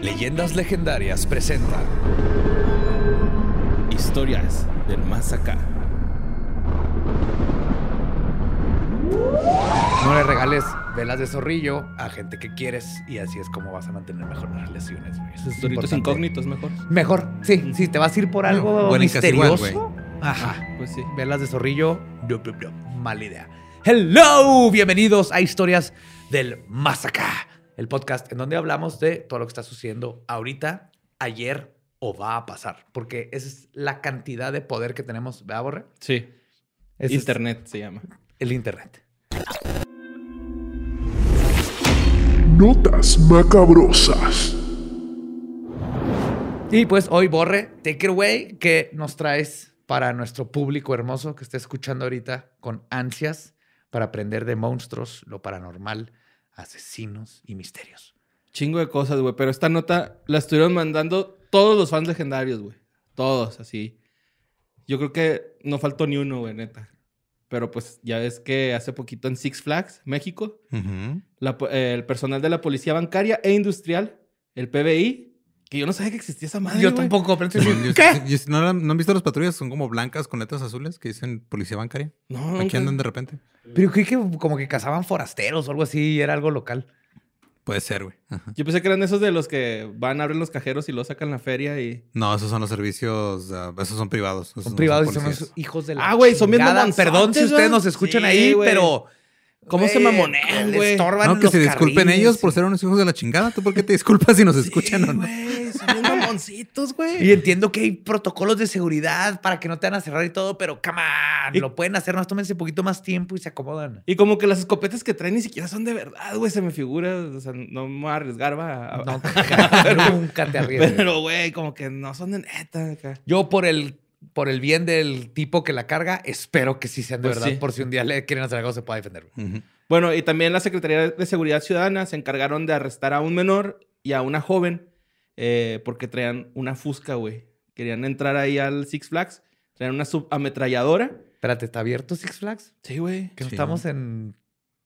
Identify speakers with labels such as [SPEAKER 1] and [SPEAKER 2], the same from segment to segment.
[SPEAKER 1] Leyendas Legendarias presenta
[SPEAKER 2] Historias del más acá.
[SPEAKER 1] No le regales velas de zorrillo a gente que quieres y así es como vas a mantener mejor las relaciones. güey. Eso es
[SPEAKER 2] Historitos
[SPEAKER 1] importante.
[SPEAKER 2] incógnitos mejor.
[SPEAKER 1] Mejor, sí, sí, te vas a ir por algo
[SPEAKER 3] Buena y casi igual,
[SPEAKER 1] misterioso. Ajá.
[SPEAKER 2] Pues sí.
[SPEAKER 1] Velas de zorrillo, no, no, no, mala idea. Hello, bienvenidos a Historias del Más Acá, el podcast en donde hablamos de todo lo que está sucediendo ahorita, ayer o va a pasar, porque esa es la cantidad de poder que tenemos, ¿verdad, Borre?
[SPEAKER 2] Sí.
[SPEAKER 1] Ese es
[SPEAKER 2] Internet se llama.
[SPEAKER 1] el Internet.
[SPEAKER 4] Notas macabrosas.
[SPEAKER 1] Y pues hoy, Borre, take it away, que nos traes para nuestro público hermoso que está escuchando ahorita con ansias para aprender de monstruos, lo paranormal, asesinos y misterios.
[SPEAKER 2] Chingo de cosas, güey. Pero esta nota la estuvieron mandando todos los fans legendarios, güey. Todos, así. Yo creo que no faltó ni uno, güey, neta. Pero pues ya ves que hace poquito en Six Flags, México, la po- eh, el personal de la Policía Bancaria e Industrial, el PBI, que yo no sabía que existía esa madre.
[SPEAKER 1] Yo
[SPEAKER 2] güey.
[SPEAKER 1] tampoco, pero
[SPEAKER 3] Yo-
[SPEAKER 1] estoy-
[SPEAKER 3] yo-
[SPEAKER 1] ¿Qué?
[SPEAKER 3] yo- ¿no, la- no han visto las patrullas? Son como blancas con letras azules que dicen policía bancaria.
[SPEAKER 2] No,
[SPEAKER 3] Aquí
[SPEAKER 2] nunca.
[SPEAKER 3] andan de repente.
[SPEAKER 1] Pero creí que como que cazaban forasteros o algo así y era algo local.
[SPEAKER 3] Puede ser, güey. Ajá.
[SPEAKER 2] Yo pensé que eran esos de los que van, abren los cajeros y los sacan la feria y.
[SPEAKER 3] No, esos son los servicios, ah, esos son privados. esos
[SPEAKER 1] Son
[SPEAKER 3] no
[SPEAKER 1] privados y son
[SPEAKER 3] policías.
[SPEAKER 1] unos hijos de la
[SPEAKER 2] Ah, güey, son bien
[SPEAKER 1] chingada.
[SPEAKER 2] mamonzotes,
[SPEAKER 1] Perdón si ustedes
[SPEAKER 2] ¿verdad?
[SPEAKER 1] nos escuchan
[SPEAKER 2] Sí,
[SPEAKER 1] ahí,
[SPEAKER 2] güey.
[SPEAKER 1] pero...
[SPEAKER 2] ¿Cómo se
[SPEAKER 1] güey,
[SPEAKER 2] mamonean,
[SPEAKER 1] le
[SPEAKER 2] güey?
[SPEAKER 1] estorban
[SPEAKER 3] No, que
[SPEAKER 1] los
[SPEAKER 3] se disculpen
[SPEAKER 1] carriles.
[SPEAKER 3] ellos por ser unos hijos de la chingada. ¿Tú por qué te disculpas si nos escuchan o no?
[SPEAKER 2] Güey, son bien mamoncitos, güey.
[SPEAKER 1] Y entiendo que hay protocolos de seguridad para que no te van a cerrar y todo, pero come on,
[SPEAKER 2] Y-
[SPEAKER 1] lo pueden hacer, más tómense un poquito más tiempo y se acomodan.
[SPEAKER 2] Y como que las escopetas que traen ni siquiera son de verdad, güey. Se me figura. O sea, no me voy a arriesgar, va. a-
[SPEAKER 1] No, nunca, nunca te arriesgues.
[SPEAKER 2] Pero, güey, como que no son de neta. acá.
[SPEAKER 1] Yo por el por el bien del tipo que la carga, espero que sí sean de
[SPEAKER 2] Pues
[SPEAKER 1] verdad,
[SPEAKER 2] sí.
[SPEAKER 1] por si un día le quieren hacer algo se pueda defender.
[SPEAKER 3] Ujú.
[SPEAKER 2] Bueno, y también la Secretaría de Seguridad Ciudadana se encargaron de arrestar a un menor y a una joven eh, porque traían una fusca, güey. Querían entrar ahí al Six Flags. Traían una subametralladora.
[SPEAKER 1] Espérate, ¿está abierto Six Flags?
[SPEAKER 2] Sí, güey.
[SPEAKER 1] Que no
[SPEAKER 3] Sí.
[SPEAKER 1] estamos en...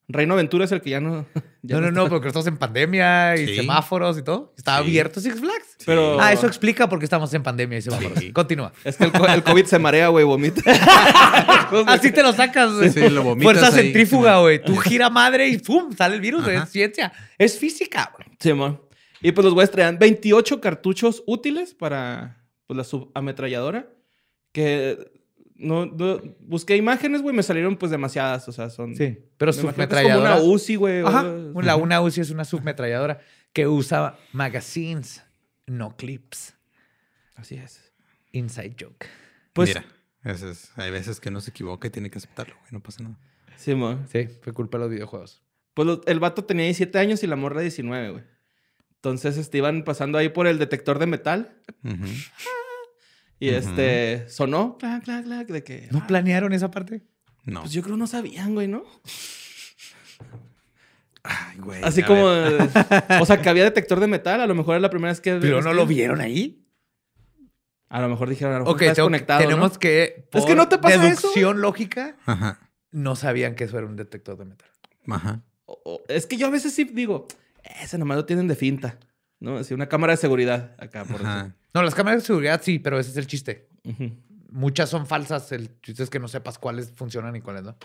[SPEAKER 2] Reino Aventura es el que ya no. ya
[SPEAKER 1] no, no,
[SPEAKER 2] está.
[SPEAKER 1] no, porque estamos en pandemia y
[SPEAKER 3] Sí.
[SPEAKER 1] semáforos y todo. ¿Está
[SPEAKER 3] Sí.
[SPEAKER 1] abierto Six Flags?
[SPEAKER 2] Pero-
[SPEAKER 1] Ah, eso explica por qué estamos en pandemia y semáforos. Continúa.
[SPEAKER 2] Es que el, co- el COVID se marea, güey, vomita.
[SPEAKER 1] Así te lo sacas. güey.
[SPEAKER 3] Sí, lo vomitas
[SPEAKER 1] Fuerza
[SPEAKER 3] ahí.
[SPEAKER 1] centrífuga, güey. Tú gira madre y ¡pum! Sale el virus.
[SPEAKER 3] Ajá.
[SPEAKER 1] Es ciencia. Es física, güey.
[SPEAKER 2] Sí, ma. Y pues los güeyes traían 28 cartuchos útiles para pues, la subametralladora. Que no, no- busqué imágenes, güey, me salieron pues demasiadas. O sea, son.
[SPEAKER 1] Pero
[SPEAKER 2] me imagino que es como
[SPEAKER 1] submetralladora.
[SPEAKER 2] una UCI, güey. o-
[SPEAKER 1] Ajá. La una UCI es una submetralladora que usa magazines, no clips.
[SPEAKER 2] Así es.
[SPEAKER 1] Inside joke.
[SPEAKER 2] Pues,
[SPEAKER 3] Mira, ese es- hay veces que uno se equivoca y tiene que aceptarlo, güey. No pasa nada.
[SPEAKER 2] sí, ma.
[SPEAKER 1] Sí, fue culpa de los videojuegos.
[SPEAKER 2] Pues lo- el vato tenía 17 años y la morra 19, güey. Entonces este, iban pasando ahí por el detector de metal
[SPEAKER 3] Ujú.
[SPEAKER 2] y
[SPEAKER 3] Ujú.
[SPEAKER 2] este sonó, clac, clac, clac, de que. "Ah,
[SPEAKER 1] ¿No planearon esa parte?
[SPEAKER 3] No.
[SPEAKER 2] Pues yo creo no sabían, güey, ¿no?
[SPEAKER 3] Ay, güey,
[SPEAKER 2] Así
[SPEAKER 3] a
[SPEAKER 2] como.
[SPEAKER 3] ver.
[SPEAKER 2] o sea, que había detector de metal. A lo mejor era la primera vez que.
[SPEAKER 1] Pero no lo vieron ahí.
[SPEAKER 2] A lo mejor dijeron. A lo mejor
[SPEAKER 1] Ok,
[SPEAKER 2] estás
[SPEAKER 1] tengo-
[SPEAKER 2] conectado.
[SPEAKER 1] tenemos
[SPEAKER 2] ¿no?
[SPEAKER 1] que.
[SPEAKER 2] Es que
[SPEAKER 1] por
[SPEAKER 2] no te pasa eso,
[SPEAKER 1] Deducción lógica.
[SPEAKER 3] Ajá.
[SPEAKER 1] No sabían que eso era un detector de metal.
[SPEAKER 3] Ajá.
[SPEAKER 2] O- o- es que yo a veces sí digo. Ese nomás lo tienen de finta. ¿No? Así una cámara de seguridad acá, Ah, por
[SPEAKER 3] Ajá.
[SPEAKER 1] No, las cámaras de seguridad sí, pero ese es el chiste.
[SPEAKER 2] decir. Ujú.
[SPEAKER 1] Muchas son falsas. El chiste es que no sepas cuáles funcionan y cuáles no.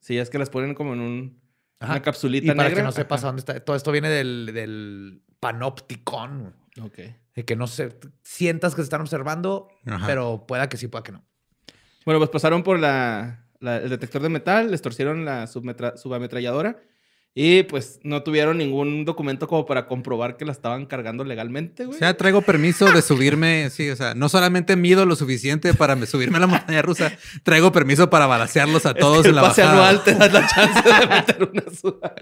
[SPEAKER 2] Sí, es que las ponen como en un.
[SPEAKER 1] Ajá.
[SPEAKER 2] Una capsulita
[SPEAKER 1] Y para
[SPEAKER 2] negra.
[SPEAKER 1] que no sepas a
[SPEAKER 2] Ajá.
[SPEAKER 1] dónde está. Todo esto viene del, del panopticón.
[SPEAKER 2] Ok.
[SPEAKER 1] De que no se, sientas que se están observando,
[SPEAKER 3] Ajá.
[SPEAKER 1] pero pueda que sí, pueda que no.
[SPEAKER 2] Bueno, pues pasaron por la, la- el detector de metal, les torcieron la submetra- subametralladora y pues no tuvieron ningún documento como para comprobar que la estaban cargando legalmente,
[SPEAKER 3] O
[SPEAKER 2] güey.
[SPEAKER 3] sea, traigo permiso de subirme, sí, o sea, no solamente mido lo suficiente para me- subirme a la montaña rusa, traigo permiso para balasearlos a todos
[SPEAKER 2] el
[SPEAKER 3] en la
[SPEAKER 2] pase
[SPEAKER 3] bajada.
[SPEAKER 2] anual te das la chance de meter una suba.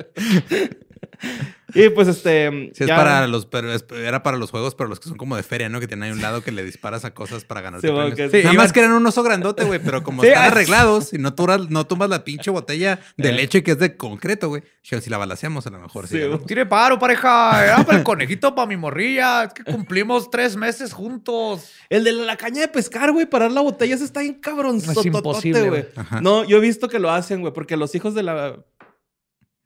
[SPEAKER 2] y pues este.
[SPEAKER 3] Sí, es
[SPEAKER 2] ya-
[SPEAKER 3] para los, pero es- era para los juegos, pero los que son como de feria, ¿no? Que tienen ahí un lado que le disparas a cosas para ganar.
[SPEAKER 2] Sí, bueno, que-
[SPEAKER 3] Nada
[SPEAKER 2] Sí,
[SPEAKER 3] más
[SPEAKER 2] iban-
[SPEAKER 3] que eran un oso grandote, güey, pero como
[SPEAKER 2] Sí,
[SPEAKER 3] están
[SPEAKER 2] ah,
[SPEAKER 3] arreglados y no, turas- no tumbas la pinche botella de
[SPEAKER 2] Eh.
[SPEAKER 3] leche que es de concreto, güey. Yo, Si la balaseamos, a lo mejor. Sí,
[SPEAKER 2] Sí,
[SPEAKER 3] ganamos.
[SPEAKER 1] Tire paro, pareja. Era para el conejito, para mi morrilla. Es que cumplimos tres meses juntos.
[SPEAKER 2] El de la caña de pescar, güey, parar la botella, eso está bien cabronzototote,
[SPEAKER 1] Es imposible, güey.
[SPEAKER 2] güey.
[SPEAKER 3] Ajá.
[SPEAKER 2] No, yo he visto que lo hacen, güey, porque los hijos de la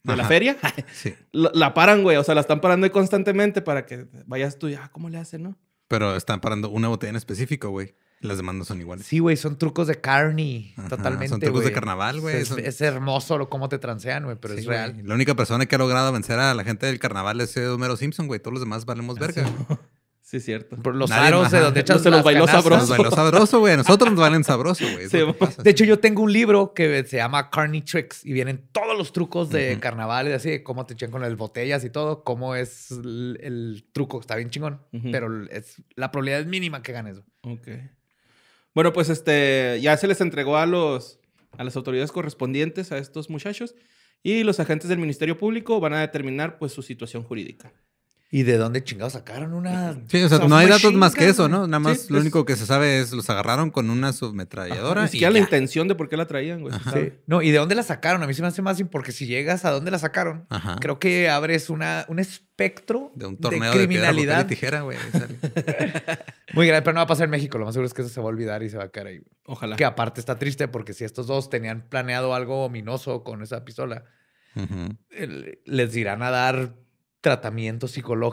[SPEAKER 2] de la
[SPEAKER 3] Ajá.
[SPEAKER 2] feria,
[SPEAKER 3] Sí.
[SPEAKER 2] la, la paran, güey. O sea, la están parando constantemente para que vayas tú y, ah, ¿cómo le hacen, no?
[SPEAKER 3] Pero están parando una botella en específico, güey. Las demandas son iguales.
[SPEAKER 1] Sí, güey, son trucos de carny,
[SPEAKER 3] Ajá,
[SPEAKER 1] totalmente.
[SPEAKER 3] son trucos de
[SPEAKER 1] güey.
[SPEAKER 3] carnaval, güey,
[SPEAKER 1] Es,
[SPEAKER 3] son-
[SPEAKER 1] es hermoso lo, cómo te transean, güey, pero
[SPEAKER 3] Sí,
[SPEAKER 1] es
[SPEAKER 3] güey.
[SPEAKER 1] real.
[SPEAKER 3] La única persona que ha logrado vencer a la gente del carnaval es eh, Homero Simpson, güey. Todos los demás valemos verga.
[SPEAKER 2] Ah, Sí, es cierto.
[SPEAKER 1] Por Los
[SPEAKER 3] Nadie-
[SPEAKER 1] aros de
[SPEAKER 3] ajá.
[SPEAKER 1] donde echas
[SPEAKER 2] Se los
[SPEAKER 1] las
[SPEAKER 2] bailó
[SPEAKER 1] canastas.
[SPEAKER 3] Nos
[SPEAKER 2] sabroso.
[SPEAKER 3] bailó sabroso, güey. A Nosotros nos valen sabroso, güey. Es
[SPEAKER 2] Sí,
[SPEAKER 3] lo que pasa.
[SPEAKER 1] De hecho, yo tengo un libro que se llama Carney Tricks y vienen todos los trucos de
[SPEAKER 3] Ujú.
[SPEAKER 1] carnavales, así de cómo te echan con las botellas y todo, cómo es el, el truco. Está bien chingón,
[SPEAKER 2] Ujú.
[SPEAKER 1] pero es, la probabilidad es mínima que ganes. güey.
[SPEAKER 2] Ok. Bueno, pues este, ya se les entregó a los a las autoridades correspondientes a estos muchachos y los agentes del Ministerio Público van a determinar pues su situación jurídica.
[SPEAKER 1] ¿Y de dónde chingados sacaron una?
[SPEAKER 3] Sí, o sea,
[SPEAKER 1] soft
[SPEAKER 3] no hay datos
[SPEAKER 1] machine
[SPEAKER 3] más que
[SPEAKER 1] gun,
[SPEAKER 3] eso,
[SPEAKER 1] güey?
[SPEAKER 3] ¿no? Nada más
[SPEAKER 2] Sí,
[SPEAKER 3] lo
[SPEAKER 2] es-
[SPEAKER 3] único que se sabe es los agarraron con una
[SPEAKER 2] Ahora,
[SPEAKER 3] submetralladora.
[SPEAKER 2] Ni
[SPEAKER 3] y
[SPEAKER 2] siquiera la
[SPEAKER 3] ya.
[SPEAKER 2] intención de por qué la traían, güey. se
[SPEAKER 3] Ajá.
[SPEAKER 2] sabe.
[SPEAKER 1] Sí. No, ¿y de dónde la sacaron? A mí se me hace más im- porque si llegas a dónde la sacaron,
[SPEAKER 3] Ajá.
[SPEAKER 1] creo que abres una, un espectro
[SPEAKER 3] Ah, de un torneo de, criminalidad.
[SPEAKER 1] criminalidad
[SPEAKER 3] y tijera, güey. ahí sale.
[SPEAKER 1] muy grande, pero no va a pasar en México. Lo más seguro es que eso se va a olvidar y se va a caer ahí. güey.
[SPEAKER 2] Ojalá.
[SPEAKER 1] Que aparte está triste porque si estos dos tenían planeado algo ominoso con esa pistola,
[SPEAKER 3] Ujú.
[SPEAKER 1] el- les irán a dar tratamiento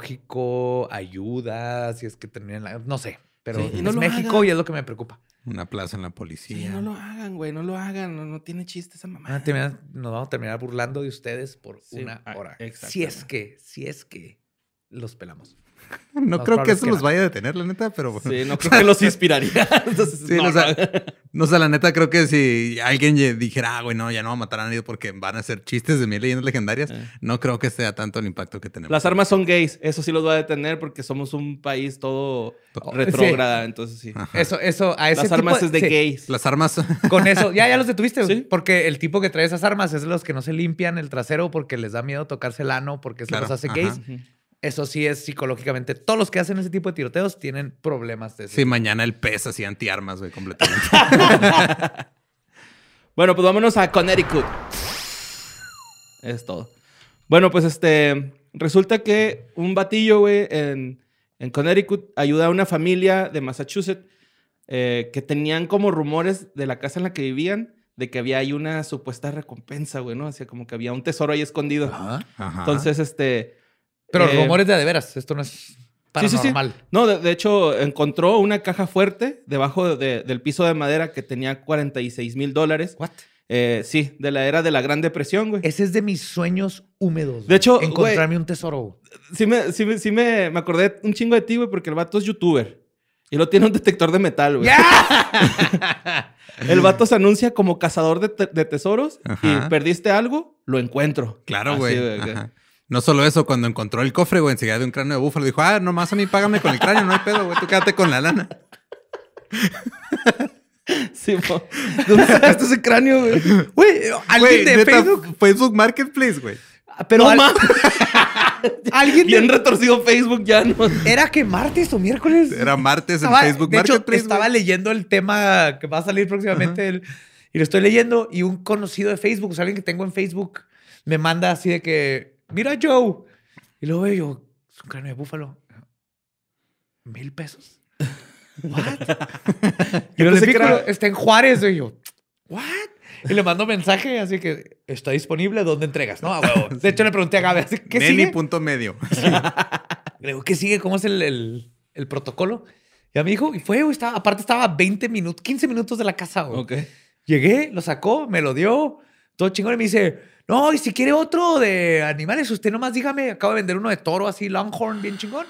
[SPEAKER 1] psicológico, ayuda, si es que terminan la... No sé, pero
[SPEAKER 2] Sí, y
[SPEAKER 1] es
[SPEAKER 2] no lo
[SPEAKER 1] México
[SPEAKER 2] hagan.
[SPEAKER 1] y es lo que me preocupa.
[SPEAKER 3] Una plaza en la
[SPEAKER 2] Sí,
[SPEAKER 3] policía.
[SPEAKER 2] no lo hagan, güey, no lo hagan, no, no tiene chiste esa
[SPEAKER 1] Van
[SPEAKER 2] mamá.
[SPEAKER 3] Ah,
[SPEAKER 1] a terminar- nos vamos a terminar burlando de ustedes por
[SPEAKER 2] Sí,
[SPEAKER 1] una
[SPEAKER 2] ah,
[SPEAKER 1] hora. Si
[SPEAKER 2] exactamente.
[SPEAKER 1] es que, si es que los pelamos.
[SPEAKER 3] No
[SPEAKER 1] Más
[SPEAKER 3] creo
[SPEAKER 1] probable
[SPEAKER 3] que
[SPEAKER 1] es
[SPEAKER 3] eso
[SPEAKER 1] que
[SPEAKER 3] los
[SPEAKER 1] no.
[SPEAKER 3] vaya a detener, la neta, pero bueno.
[SPEAKER 2] Sí, no creo que los inspiraría. Entonces,
[SPEAKER 3] Sí,
[SPEAKER 2] no,
[SPEAKER 3] o sea,
[SPEAKER 2] no.
[SPEAKER 3] no sé, la neta, creo que si alguien ye- dijera, ah, güey, no, ya no va a matar a nadie porque van a hacer chistes de mil leyendas legendarias,
[SPEAKER 2] Eh.
[SPEAKER 3] no creo que sea tanto el impacto que tenemos.
[SPEAKER 2] Las armas son gays, eso sí los va a detener porque somos un país todo
[SPEAKER 3] To- Ah.
[SPEAKER 2] retrógrada, entonces sí.
[SPEAKER 3] Ajá.
[SPEAKER 1] Eso, eso, a ese
[SPEAKER 2] Las armas
[SPEAKER 1] tipo
[SPEAKER 2] es de
[SPEAKER 1] sí,
[SPEAKER 2] gays.
[SPEAKER 3] Las armas.
[SPEAKER 1] Con eso, ya, ya los detuviste.
[SPEAKER 2] Sí.
[SPEAKER 1] Porque el tipo que trae esas armas es los que no se limpian el trasero porque les da miedo tocarse el ano, porque eso
[SPEAKER 3] Claro,
[SPEAKER 1] los hace
[SPEAKER 3] ajá.
[SPEAKER 1] gays.
[SPEAKER 2] Ujú.
[SPEAKER 1] Eso sí es psicológicamente. Todos los que hacen ese tipo de tiroteos tienen problemas de ese
[SPEAKER 3] Sí, mañana el pez así antiarmas, güey, completamente.
[SPEAKER 2] Bueno, pues vámonos a Connecticut. Es todo. Bueno, pues este. Resulta que un batillo, güey, en, en Connecticut ayuda a una familia de Massachusetts eh, que tenían como rumores de la casa en la que vivían de que había ahí una supuesta recompensa, güey, ¿no? O sea, como que había un tesoro ahí escondido.
[SPEAKER 3] Ajá.
[SPEAKER 2] Entonces, este.
[SPEAKER 1] Pero
[SPEAKER 2] eh,
[SPEAKER 1] rumores de a de veras. Esto no es
[SPEAKER 2] Sí, sí, sí.
[SPEAKER 1] paranormal.
[SPEAKER 2] No, de, de hecho, encontró una caja fuerte debajo de- del piso de madera que tenía 46 mil dólares.
[SPEAKER 1] What?
[SPEAKER 2] Eh, sí, de la era de la Gran Depresión, güey.
[SPEAKER 1] Ese es de mis sueños húmedos.
[SPEAKER 2] De
[SPEAKER 1] güey.
[SPEAKER 2] hecho,
[SPEAKER 1] encontrarme un tesoro.
[SPEAKER 2] Sí, me, sí, me, sí me, me acordé un chingo de ti, güey, porque el vato es youtuber. Y lo tiene un detector de metal, güey. El vato se anuncia como cazador de, te- de tesoros
[SPEAKER 3] Ajá.
[SPEAKER 2] y perdiste algo, lo encuentro.
[SPEAKER 3] Claro,
[SPEAKER 2] Así,
[SPEAKER 3] güey.
[SPEAKER 2] que-
[SPEAKER 3] Ajá. No solo eso, cuando encontró el cofre, güey, enseguida de un cráneo de búfalo, dijo, ah, nomás a mí págame con el cráneo, no hay pedo, güey, tú quédate con la lana.
[SPEAKER 2] Sí, mo. ¿Dónde sacaste ese cráneo, güey?
[SPEAKER 1] Güey, alguien
[SPEAKER 3] Güey,
[SPEAKER 1] de
[SPEAKER 3] neta,
[SPEAKER 1] Facebook.
[SPEAKER 3] Facebook Marketplace, güey.
[SPEAKER 1] Ah, Pero
[SPEAKER 2] No
[SPEAKER 1] al-
[SPEAKER 2] mames.
[SPEAKER 1] alguien de-
[SPEAKER 2] Bien retorcido Facebook ya, ¿no?
[SPEAKER 1] ¿Era que martes o miércoles?
[SPEAKER 3] Era martes en
[SPEAKER 1] Estaba-
[SPEAKER 3] Facebook
[SPEAKER 1] de hecho,
[SPEAKER 3] Marketplace.
[SPEAKER 1] estaba
[SPEAKER 3] güey.
[SPEAKER 1] leyendo el tema que va a salir próximamente el- y lo estoy leyendo y un conocido de Facebook, o sea, alguien que tengo en Facebook, me manda así de que, mira Joe. Y luego veo yo, es un cráneo de búfalo. ¿Mil pesos? ¿What? y
[SPEAKER 2] Yo
[SPEAKER 1] lo
[SPEAKER 2] pensé
[SPEAKER 1] le
[SPEAKER 2] que
[SPEAKER 1] pico,
[SPEAKER 2] era-
[SPEAKER 1] está en Juárez. Y yo, ¿what? Y le mando mensaje, así que, ¿está disponible? ¿Dónde entregas? No, a huevo. De hecho, le pregunté a Gabe, así, ¿qué
[SPEAKER 3] Neni
[SPEAKER 1] sigue?
[SPEAKER 3] punto medio.
[SPEAKER 1] Le digo, ¿qué sigue? ¿Cómo es el, el- el protocolo? Ya me dijo, y fue, güey, estaba, aparte estaba 20 minutos, 15 minutos de la casa, güey.
[SPEAKER 2] Ok.
[SPEAKER 1] Llegué, lo sacó, me lo dio, todo chingón, y me dice, no, y si quiere otro de animales, usted nomás dígame, acabo de vender uno de toro así, longhorn, bien chingón.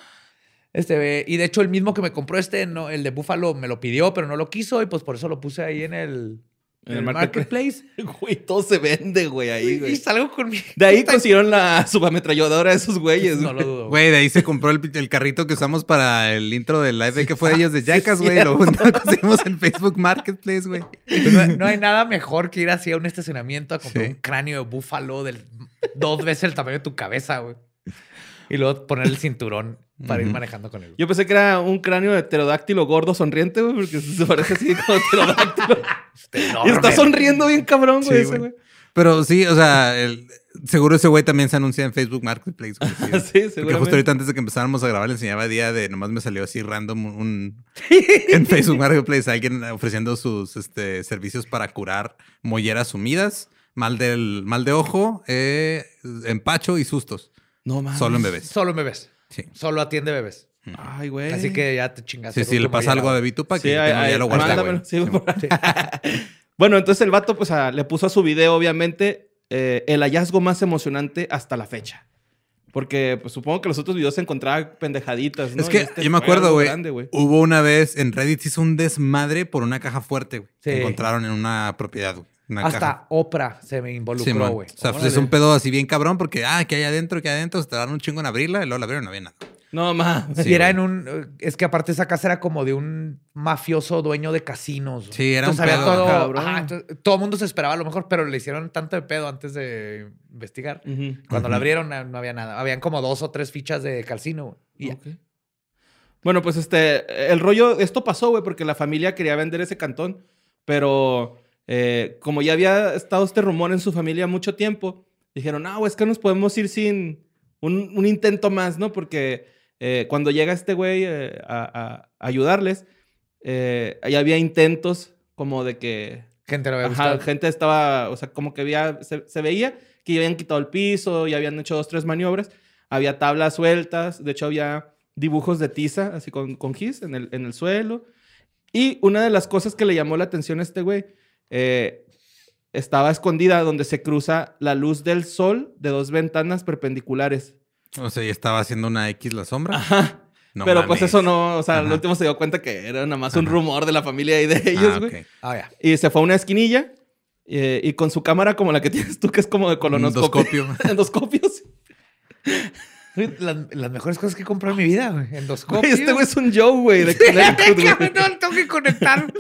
[SPEAKER 1] Este, eh, y de hecho, el mismo que me compró este, no, el de búfalo, me lo pidió, pero no lo quiso, y pues por eso lo puse ahí en el, en el marketplace.
[SPEAKER 2] Güey, todo se vende, güey, ahí,
[SPEAKER 1] Y, y
[SPEAKER 2] güey.
[SPEAKER 1] salgo con mi.
[SPEAKER 2] De ahí consiguieron la subametralladora de esos güeyes.
[SPEAKER 1] No lo
[SPEAKER 2] güey.
[SPEAKER 1] dudo.
[SPEAKER 3] Güey, de ahí se compró el, el carrito que usamos para el intro del live de que fue de ellos de Jackass, güey. lo conseguimos en Facebook Marketplace, güey.
[SPEAKER 1] Pues no, no hay nada mejor que ir hacia un estacionamiento a comprar
[SPEAKER 3] Sí.
[SPEAKER 1] un cráneo de búfalo del dos veces el tamaño de tu cabeza, güey. Y luego poner el cinturón para ir
[SPEAKER 3] Ujú.
[SPEAKER 1] manejando con él.
[SPEAKER 2] Yo pensé que era un cráneo de pterodáctilo gordo sonriente, güey, porque se parece así como pterodáctilo.
[SPEAKER 1] este
[SPEAKER 2] y está sonriendo bien cabrón, güey,
[SPEAKER 3] Sí,
[SPEAKER 2] ese,
[SPEAKER 3] güey.
[SPEAKER 2] güey.
[SPEAKER 3] Pero sí, o sea, el- seguro ese güey también se anuncia en Facebook Marketplace. güey,
[SPEAKER 2] Sí,
[SPEAKER 3] Porque
[SPEAKER 2] seguramente.
[SPEAKER 3] justo ahorita antes de que empezáramos a grabar le enseñaba día de nomás me salió así random un en Facebook Marketplace alguien ofreciendo sus este, servicios para curar molleras sumidas, mal, del, mal de ojo, eh, empacho y sustos.
[SPEAKER 2] No mames.
[SPEAKER 3] Solo en bebés.
[SPEAKER 1] Solo en bebés.
[SPEAKER 3] Sí.
[SPEAKER 1] Solo atiende bebés.
[SPEAKER 2] Ay, güey.
[SPEAKER 1] Así que ya te chingaste.
[SPEAKER 3] Eh.
[SPEAKER 1] el
[SPEAKER 3] Sí, si le
[SPEAKER 1] último
[SPEAKER 3] pasa algo a
[SPEAKER 1] llegado.
[SPEAKER 3] Bebitupa,
[SPEAKER 2] Sí,
[SPEAKER 3] que
[SPEAKER 2] ay,
[SPEAKER 3] ya
[SPEAKER 2] ay,
[SPEAKER 3] lo guarda, güey.
[SPEAKER 2] mándamelo, sí,
[SPEAKER 3] Sí,
[SPEAKER 2] por- Bueno, entonces el vato, pues ah, le puso a su video, obviamente, eh, el hallazgo más emocionante hasta la fecha. Porque pues, supongo que los otros videos se encontraban pendejaditas. ¿no?
[SPEAKER 3] es
[SPEAKER 2] Y
[SPEAKER 3] que
[SPEAKER 2] este
[SPEAKER 3] yo me
[SPEAKER 2] fue algo
[SPEAKER 3] acuerdo, güey.
[SPEAKER 2] grande, güey.
[SPEAKER 3] Hubo una vez en Reddit se hizo un desmadre por una caja fuerte, güey.
[SPEAKER 1] Sí.
[SPEAKER 3] Que encontraron en una propiedad, güey. Una
[SPEAKER 1] Hasta
[SPEAKER 3] caja.
[SPEAKER 1] Oprah se me involucró,
[SPEAKER 3] Simón.
[SPEAKER 1] güey.
[SPEAKER 3] o sea, pues,
[SPEAKER 2] Órale.
[SPEAKER 3] es un pedo así bien cabrón porque, ah, que hay adentro, que hay adentro, se tardaron un chingo en abrirla y luego la abrieron y no había nada.
[SPEAKER 2] No mames.
[SPEAKER 3] Sí,
[SPEAKER 1] y era
[SPEAKER 3] güey.
[SPEAKER 1] en un. eh, Es que aparte esa casa era como de un mafioso dueño de casinos. güey.
[SPEAKER 3] Sí, era
[SPEAKER 1] Entonces
[SPEAKER 3] un
[SPEAKER 1] había
[SPEAKER 3] pedo,
[SPEAKER 1] todo.
[SPEAKER 2] cabrón.
[SPEAKER 1] ajá, entonces, todo el mundo se esperaba a lo mejor, pero le hicieron tanto de pedo antes de investigar.
[SPEAKER 2] Ujú.
[SPEAKER 1] Cuando la
[SPEAKER 3] Ujú.
[SPEAKER 1] abrieron no no había nada. Habían como dos o tres fichas de calcino. güey. Y ya.
[SPEAKER 2] Ok. Bueno, pues este, el rollo, esto pasó, güey, porque la familia quería vender ese cantón, pero eh, como ya había estado este rumor en su familia mucho tiempo, dijeron, no, güey, es que nos podemos ir sin un, un intento más, ¿no? Porque eh, cuando llega este güey eh, a, a- a ayudarles, eh, ahí había intentos como de que
[SPEAKER 1] gente no había
[SPEAKER 2] Ajá,
[SPEAKER 1] gustado.
[SPEAKER 2] gente estaba, o sea, como que había, se, se veía que ya habían quitado el piso, ya habían hecho dos, tres maniobras. Había tablas sueltas, de hecho había dibujos de tiza, así con, con gis en el, en el suelo. Y una de las cosas que le llamó la atención a este güey, eh, estaba escondida donde se cruza la luz del sol de dos ventanas perpendiculares.
[SPEAKER 3] O sea, y estaba haciendo una X la sombra.
[SPEAKER 2] Ajá.
[SPEAKER 3] No
[SPEAKER 2] Pero pues
[SPEAKER 3] mames.
[SPEAKER 2] eso no, o sea, al
[SPEAKER 3] Ajá.
[SPEAKER 2] último se dio cuenta que era nada más un
[SPEAKER 3] Ajá.
[SPEAKER 2] rumor de la familia y de ellos,
[SPEAKER 3] Ah,
[SPEAKER 2] güey.
[SPEAKER 3] ok.
[SPEAKER 1] Ah, ya.
[SPEAKER 2] Y se fue a una esquinilla eh, y con su cámara como la que tienes tú, que es como de colonoscopio.
[SPEAKER 3] Endoscopio.
[SPEAKER 2] Endoscopios.
[SPEAKER 1] Güey, Las, las mejores cosas que he comprado en mi vida, güey. Endoscopio.
[SPEAKER 2] Güey, este güey es un Joe, güey. de Connecticut, güey.
[SPEAKER 1] Cabrón, no, tengo que conectar.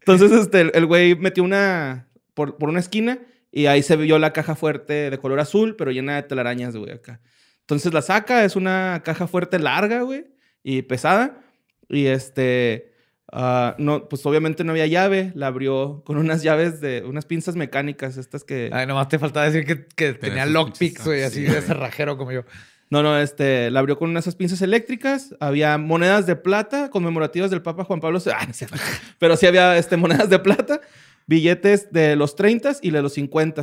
[SPEAKER 2] Entonces, este, el- el güey metió una por, por una esquina y ahí se vio la caja fuerte de color azul, pero llena de telarañas, güey, acá. Entonces la saca, es una caja fuerte larga, güey, y pesada. Y este, ah, no, pues obviamente no había llave, la abrió con unas llaves de, unas pinzas mecánicas, estas que...
[SPEAKER 1] Ay, nomás te faltaba decir que, que tenía
[SPEAKER 3] sus
[SPEAKER 1] lockpicks,
[SPEAKER 3] pinches-
[SPEAKER 1] güey,
[SPEAKER 3] ah,
[SPEAKER 1] así
[SPEAKER 3] sí,
[SPEAKER 1] de
[SPEAKER 3] güey.
[SPEAKER 1] cerrajero como yo.
[SPEAKER 2] No, no, este, la abrió con unas pinzas eléctricas, había monedas de plata conmemorativas del Papa Juan Pablo II, ah, no es cierto. pero sí había este, monedas de plata, billetes de los 30 y de los 50,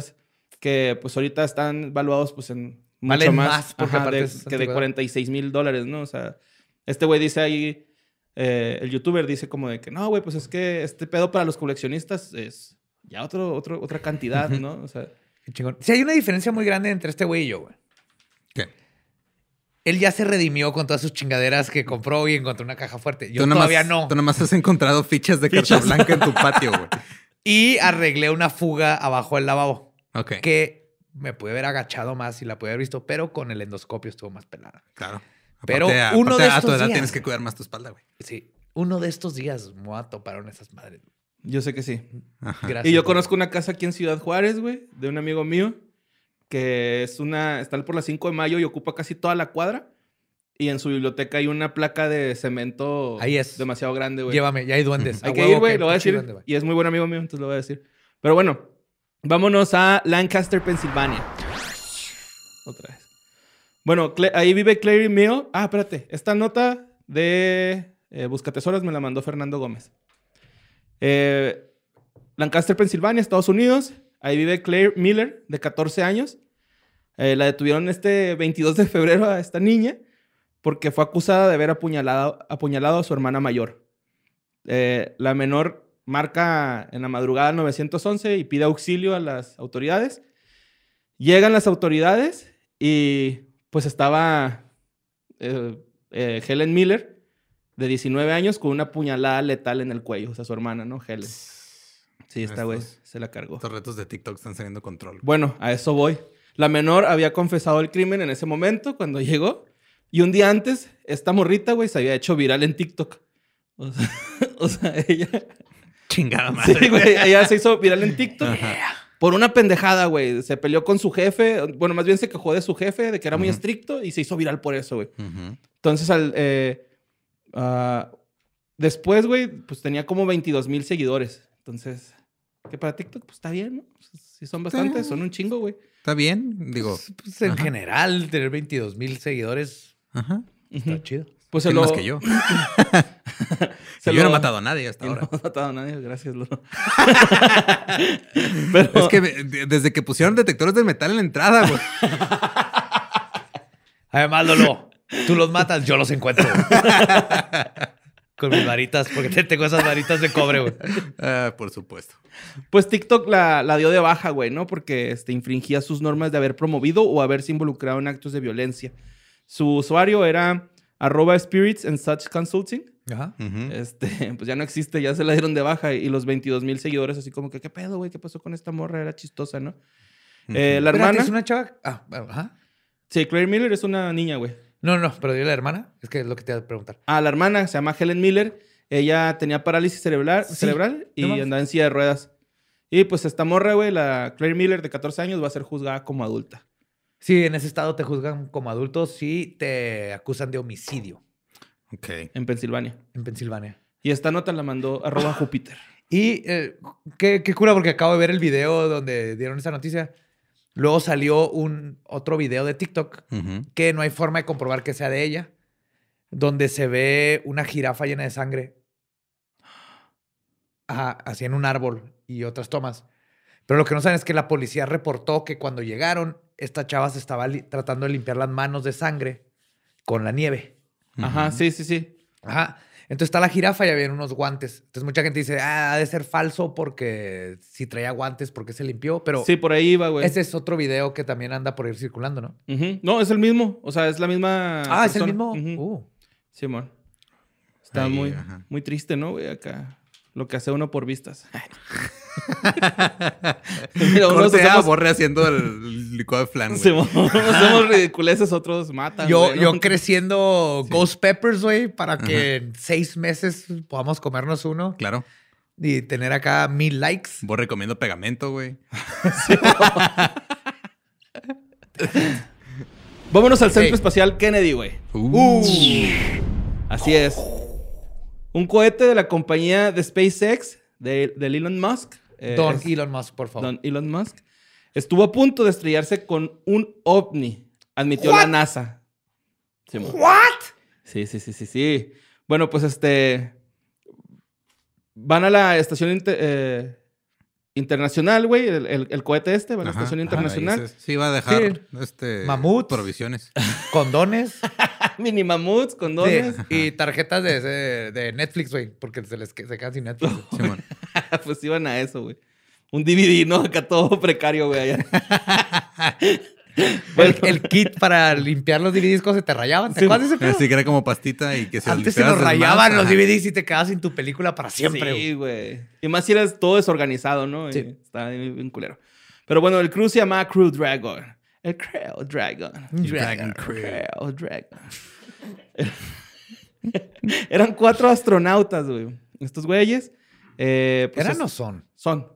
[SPEAKER 2] que pues ahorita están valuados pues en mucho
[SPEAKER 1] Valen
[SPEAKER 2] más,
[SPEAKER 1] más, porque
[SPEAKER 2] ajá,
[SPEAKER 1] aparte
[SPEAKER 2] de-
[SPEAKER 1] es
[SPEAKER 2] que de
[SPEAKER 1] antigüedad.
[SPEAKER 2] 46 mil dólares, ¿no? O sea, este güey dice ahí, eh, el youtuber dice como de que no, güey, pues es que este pedo para los coleccionistas es ya otro, otro, otra cantidad,
[SPEAKER 3] Ujú.
[SPEAKER 2] ¿no? O sea,
[SPEAKER 1] Qué chingón. Sí, hay una diferencia muy grande entre este güey y yo, güey.
[SPEAKER 3] ¿Qué?
[SPEAKER 1] Él ya se redimió con todas sus chingaderas que compró y encontró una caja fuerte. Yo
[SPEAKER 3] tú nomás-
[SPEAKER 1] todavía no.
[SPEAKER 3] Tú nomás has encontrado fichas de
[SPEAKER 2] Fichas.
[SPEAKER 3] carta blanca en tu patio, güey.
[SPEAKER 1] Y arreglé una fuga abajo del lavabo.
[SPEAKER 3] Ok.
[SPEAKER 1] Que me pude haber agachado más y la pude haber visto, pero con el endoscopio estuvo más pelada.
[SPEAKER 3] Claro.
[SPEAKER 1] Pero
[SPEAKER 3] Aparte, a-
[SPEAKER 1] uno
[SPEAKER 3] aparte,
[SPEAKER 1] de
[SPEAKER 3] a tu
[SPEAKER 1] estos
[SPEAKER 3] edad
[SPEAKER 1] días.
[SPEAKER 3] tienes que cuidar más tu espalda, güey.
[SPEAKER 1] Sí. Uno de estos días me voy a topar en esas madres.
[SPEAKER 2] yo sé que sí.
[SPEAKER 3] Ajá.
[SPEAKER 1] Gracias.
[SPEAKER 2] Y yo
[SPEAKER 1] güey.
[SPEAKER 2] conozco una casa aquí en Ciudad Juárez, güey, de un amigo mío, que es una, está por la 5 de mayo y ocupa casi toda la cuadra. Y en su biblioteca hay una placa de cemento
[SPEAKER 1] Ahí es.
[SPEAKER 2] demasiado grande, güey.
[SPEAKER 1] Llévame, ya hay duendes. Pues,
[SPEAKER 2] Hay
[SPEAKER 1] A
[SPEAKER 2] que
[SPEAKER 1] huevo
[SPEAKER 2] ir, güey,
[SPEAKER 1] que
[SPEAKER 2] lo voy a
[SPEAKER 1] pinche
[SPEAKER 2] decir.
[SPEAKER 1] duende, güey.
[SPEAKER 2] y es muy buen amigo mío, entonces lo voy a decir. Pero bueno, vámonos a Lancaster, Pensilvania. Otra vez. Bueno, Cle- ahí vive Clary Mill. Ah, espérate. Esta nota de eh, Buscatesoras me la mandó Fernando Gómez. Eh, Lancaster, Pensilvania, Estados Unidos. Ahí vive Claire Miller, de 14 años. Eh, la detuvieron este 22 de febrero a esta niña porque fue acusada de haber apuñalado, apuñalado a su hermana mayor. Eh, la menor marca en la madrugada al 911 y pide auxilio a las autoridades. Llegan las autoridades y pues estaba eh, eh, Helen Miller, de 19 años, con una puñalada letal en el cuello. O sea, su hermana, ¿no? Helen. Sí, esta güey
[SPEAKER 3] Estos-
[SPEAKER 2] se la cargó.
[SPEAKER 3] Estos retos de TikTok están saliendo de control. güey.
[SPEAKER 2] Bueno, a eso voy. La menor había confesado el crimen en ese momento cuando llegó. Y un día antes, esta morrita, güey, se había hecho viral en TikTok. O sea, o sea, ella.
[SPEAKER 3] Chingada
[SPEAKER 2] Sí, güey, ella se hizo viral en TikTok
[SPEAKER 3] Ajá.
[SPEAKER 2] por una pendejada, güey. Se peleó con su jefe. Bueno, más bien se quejó de su jefe, de que era muy
[SPEAKER 3] Ujú.
[SPEAKER 2] estricto y se hizo viral por eso, güey.
[SPEAKER 3] Ujú.
[SPEAKER 2] Entonces, al, eh, ah, después, güey, pues tenía como 22 mil seguidores. Entonces, que para TikTok, pues está bien, ¿no? Si son bastantes, son un chingo, güey.
[SPEAKER 3] ¿Está bien? Digo,
[SPEAKER 1] Pues, pues, en
[SPEAKER 3] Ajá.
[SPEAKER 1] general, tener 22 mil seguidores
[SPEAKER 3] ajá.
[SPEAKER 1] está chido.
[SPEAKER 2] Pues se
[SPEAKER 3] Tiene
[SPEAKER 2] lo,
[SPEAKER 3] más que yo.
[SPEAKER 2] se Se
[SPEAKER 3] yo no he
[SPEAKER 2] lo-
[SPEAKER 3] matado a nadie hasta
[SPEAKER 2] Y no
[SPEAKER 3] ahora.
[SPEAKER 2] ha matado a nadie, gracias, Lolo. Pero
[SPEAKER 3] Es que me- de- desde que pusieron detectores de metal en la entrada, güey.
[SPEAKER 1] Además, Lolo, tú los matas, yo los encuentro. Con mis varitas, porque te- tengo esas varitas de cobre, güey.
[SPEAKER 3] Ah, por supuesto.
[SPEAKER 2] Pues TikTok la, la dio de baja, güey, ¿no? Porque este, infringía sus normas de haber promovido o haberse involucrado en actos de violencia. Su usuario era arroba spirits and such consulting.
[SPEAKER 1] Ajá.
[SPEAKER 3] Ujú.
[SPEAKER 2] Este, pues ya no existe, ya se la dieron de baja. Y los 22 mil seguidores así como que, ¿qué pedo, güey? ¿Qué pasó con esta morra? Era chistosa, ¿no? Eh,
[SPEAKER 1] Espérate,
[SPEAKER 2] la hermana...
[SPEAKER 1] ¿Es una chava? Ah, bueno, ajá.
[SPEAKER 2] Sí, Claire Miller es una niña, güey.
[SPEAKER 1] No, no, pero dile la hermana. Es que es lo que te iba a preguntar.
[SPEAKER 2] Ah, la hermana se llama Helen Miller. Ella tenía parálisis cerebral,
[SPEAKER 1] Sí,
[SPEAKER 2] cerebral y
[SPEAKER 1] no mames.
[SPEAKER 2] andaba en silla de ruedas. Y pues esta morra, güey, la Claire Miller de 14 años va a ser juzgada como adulta.
[SPEAKER 1] Sí, en ese estado te juzgan como adulto si te acusan de homicidio
[SPEAKER 3] Ok.
[SPEAKER 2] en Pensilvania.
[SPEAKER 1] en Pensilvania.
[SPEAKER 2] Y esta nota la mandó arroba
[SPEAKER 1] Ah.
[SPEAKER 2] Júpiter.
[SPEAKER 1] Y eh, qué, qué cura, porque acabo de ver el video donde dieron esa noticia. Luego salió un otro video de TikTok
[SPEAKER 3] Ujú.
[SPEAKER 1] que no hay forma de comprobar que sea de ella, donde se ve una jirafa llena de sangre. Ajá, así en un árbol y otras tomas. Pero lo que no saben es que la policía reportó que cuando llegaron, esta chava se estaba li- tratando de limpiar las manos de sangre con la nieve.
[SPEAKER 2] Ajá,
[SPEAKER 3] Ujú.
[SPEAKER 2] sí, sí, sí.
[SPEAKER 1] Ajá. Entonces está la jirafa y había unos guantes. Entonces mucha gente dice, ah, ha de ser falso porque si traía guantes, porque se limpió? Pero
[SPEAKER 2] sí, pues. por ahí iba, güey.
[SPEAKER 1] ese es otro video que también anda por ir circulando, ¿no?
[SPEAKER 2] Ujú. No, es el mismo. O sea, es la misma.
[SPEAKER 1] Ah, es el mismo.
[SPEAKER 2] persona. Ujú.
[SPEAKER 1] Uh.
[SPEAKER 2] Sí, amor. Está
[SPEAKER 3] Ahí,
[SPEAKER 2] muy,
[SPEAKER 3] ajá.
[SPEAKER 2] muy triste, ¿no, güey? Acá. Lo que hace uno por vistas. Mira, unos
[SPEAKER 3] Corte a
[SPEAKER 2] hacemos,
[SPEAKER 3] Borre haciendo el licuado de flan, güey.
[SPEAKER 2] sí, amor. Unos hacemos ridiculeces, otros matan.
[SPEAKER 1] Yo,
[SPEAKER 2] güey, ¿no?
[SPEAKER 1] yo creciendo Ghost Peppers, güey, para que en seis meses podamos comernos uno
[SPEAKER 3] Claro.
[SPEAKER 1] y tener acá mil likes.
[SPEAKER 3] Borre comiendo pegamento, güey.
[SPEAKER 2] Vámonos al Centro
[SPEAKER 1] Ey.
[SPEAKER 2] Espacial Kennedy, güey.
[SPEAKER 3] Uh.
[SPEAKER 2] Así es. Un cohete de la compañía de SpaceX, de, del Elon Musk. eh,
[SPEAKER 1] Don
[SPEAKER 2] es-
[SPEAKER 1] Elon Musk, por favor.
[SPEAKER 2] Don Elon Musk, estuvo a punto de estrellarse con un ovni, admitió la NASA. Sí, mo- sí, sí, sí, sí, sí. Bueno, pues este... Van a la estación inte- eh, internacional, güey, el, el- el cohete este, va a la
[SPEAKER 3] Ajá,
[SPEAKER 2] estación
[SPEAKER 3] ajá,
[SPEAKER 2] internacional.
[SPEAKER 3] ahí se- Sí, va a dejar
[SPEAKER 1] Sí.
[SPEAKER 3] este,
[SPEAKER 1] Mamuts.
[SPEAKER 3] provisiones.
[SPEAKER 1] Condones
[SPEAKER 2] Mini mamuts, condones.
[SPEAKER 1] sí, y tarjetas de, de- de Netflix, güey, porque se les que- se quedan sin Netflix. güey.
[SPEAKER 3] Simón.
[SPEAKER 2] pues iban a eso, güey. Un DVD, ¿no? Acá todo precario, güey. allá.
[SPEAKER 1] El, el kit para limpiar los DVDs cuando se te rayaban. ¿Te
[SPEAKER 2] Sí.
[SPEAKER 1] acuerdas de ese pedo?
[SPEAKER 3] Así que era como pastita y que se
[SPEAKER 1] Antes se nos
[SPEAKER 3] limpiabas las manos.
[SPEAKER 1] rayaban los
[SPEAKER 3] Ajá.
[SPEAKER 1] DVDs y te quedabas sin tu película para siempre. güey.
[SPEAKER 2] Sí, güey. Y más si eres todo desorganizado, ¿no?
[SPEAKER 1] Sí.
[SPEAKER 2] Y Está bien culero. Pero bueno, el crew se llamaba Crew Dragon. El Crew Dragon.
[SPEAKER 1] Dragon
[SPEAKER 2] Crew Dragon. Eran cuatro astronautas, güey. Estos güeyes. eh, pues
[SPEAKER 1] ¿Eran
[SPEAKER 2] es-
[SPEAKER 1] o son?
[SPEAKER 2] Son.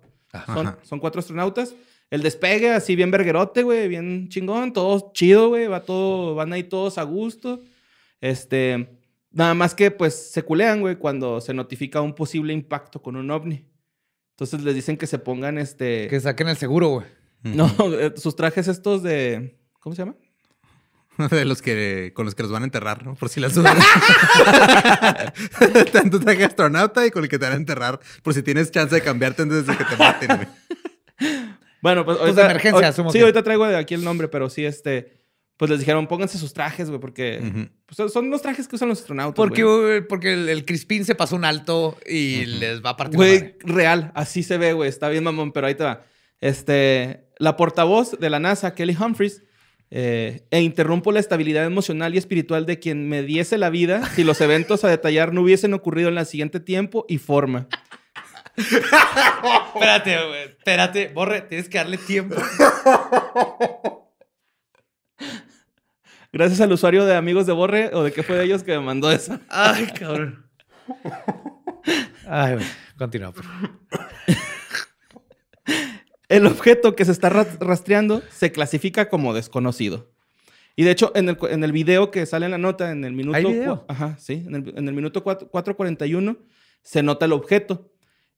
[SPEAKER 2] Son,
[SPEAKER 3] Ajá.
[SPEAKER 2] son cuatro astronautas. El despegue, así bien verguerote, güey, bien chingón, todo chido, güey, va todo, van ahí todos a gusto. Este, nada más que pues se culean, güey, cuando se notifica un posible impacto con un ovni. Entonces les dicen que se pongan este
[SPEAKER 1] Que saquen el seguro, güey.
[SPEAKER 2] no, eh, sus trajes estos de ¿cómo se llama?
[SPEAKER 3] De los que con los que los van a enterrar, ¿no? Por si las dudas. Tanto traje astronauta y con el que te van a enterrar. Por si tienes chance de cambiarte antes de que te maten, güey.
[SPEAKER 2] Bueno, pues
[SPEAKER 1] Pues, de emergencia,
[SPEAKER 2] hoy-
[SPEAKER 1] asumo
[SPEAKER 2] Sí,
[SPEAKER 1] que-
[SPEAKER 2] ahorita traigo de aquí el nombre, pero sí este pues les dijeron, "Pónganse sus trajes, güey, porque
[SPEAKER 3] Ujú.
[SPEAKER 2] pues, son los trajes que usan los astronautas."
[SPEAKER 1] Porque,
[SPEAKER 2] güey.
[SPEAKER 1] güey, porque el, el Crispín se pasó un alto y les va a partir. la
[SPEAKER 2] Güey,
[SPEAKER 1] madre.
[SPEAKER 2] real, así se ve, güey. Está bien, mamón, pero ahí te va. Este, la portavoz de la NASA, Kelly Humphries, eh, e interrumpo la estabilidad emocional y espiritual de quien me diese la vida si los eventos a detallar no hubiesen ocurrido en el siguiente tiempo y forma.
[SPEAKER 1] Espérate, güey. Espérate, borre, tienes que darle tiempo.
[SPEAKER 2] Gracias al usuario de Amigos de Borre o de qué fue de ellos que me mandó esa.
[SPEAKER 1] Ay, cabrón. Ay, güey. Continúa. por favor.
[SPEAKER 2] El objeto que se está ras- rastreando se clasifica como desconocido. Y de hecho, en el, cu- en el video que sale en la nota, en el minuto.
[SPEAKER 1] ¿Hay
[SPEAKER 2] cua-
[SPEAKER 1] video?
[SPEAKER 2] Ajá, sí. En el, en el minuto cuatro- 4.41 se nota el objeto.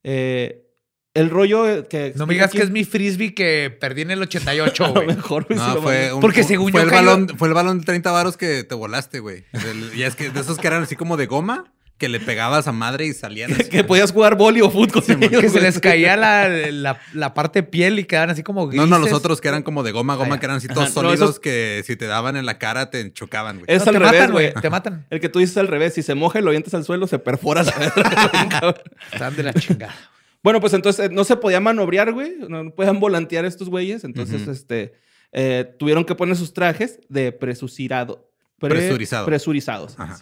[SPEAKER 2] Eh, el rollo eh, que.
[SPEAKER 1] No me digas
[SPEAKER 2] aquí-
[SPEAKER 1] que es mi frisbee que perdí en el 88,
[SPEAKER 2] A lo
[SPEAKER 1] güey.
[SPEAKER 2] mejor, güey, si
[SPEAKER 3] No,
[SPEAKER 2] lo
[SPEAKER 3] fue
[SPEAKER 2] mandé.
[SPEAKER 3] un-
[SPEAKER 1] Porque
[SPEAKER 3] fue-
[SPEAKER 1] según
[SPEAKER 3] fue
[SPEAKER 1] yo
[SPEAKER 3] el
[SPEAKER 1] cayó-
[SPEAKER 3] balón Fue el balón de 30 varos que te volaste, güey. El- Y es que de esos que eran así como de goma, que le pegabas a madre y salían. así.
[SPEAKER 2] que podías jugar voli o fútbol.
[SPEAKER 3] Sí,
[SPEAKER 2] con
[SPEAKER 3] man.
[SPEAKER 2] ellos,
[SPEAKER 1] Que se
[SPEAKER 2] güey.
[SPEAKER 1] les caía la, la- la parte de piel y quedaban así como
[SPEAKER 3] No, no, los
[SPEAKER 1] grises.
[SPEAKER 3] otros que eran como de goma a
[SPEAKER 1] Ah,
[SPEAKER 3] goma,
[SPEAKER 1] ya.
[SPEAKER 3] que eran así todos
[SPEAKER 2] Ajá. No,
[SPEAKER 3] sólidos
[SPEAKER 2] esos-
[SPEAKER 3] que si te daban en la cara te chocaban, güey.
[SPEAKER 2] Es-
[SPEAKER 1] No,
[SPEAKER 2] al
[SPEAKER 1] te
[SPEAKER 2] revés,
[SPEAKER 1] matan,
[SPEAKER 2] güey.
[SPEAKER 1] güey. Te matan.
[SPEAKER 2] El que tú dices al revés, si se moja y lo avientas al suelo, se perfora la verga, güey, cabrón.
[SPEAKER 1] Están de la chingada.
[SPEAKER 2] Bueno, pues entonces eh, no se podía manobrear, güey. No, no podían volantear estos güeyes. Entonces,
[SPEAKER 3] Ujú.
[SPEAKER 2] este, eh, tuvieron que poner sus trajes de presucirado. pre-
[SPEAKER 3] Presurizado.
[SPEAKER 2] Presurizados.
[SPEAKER 3] Ajá.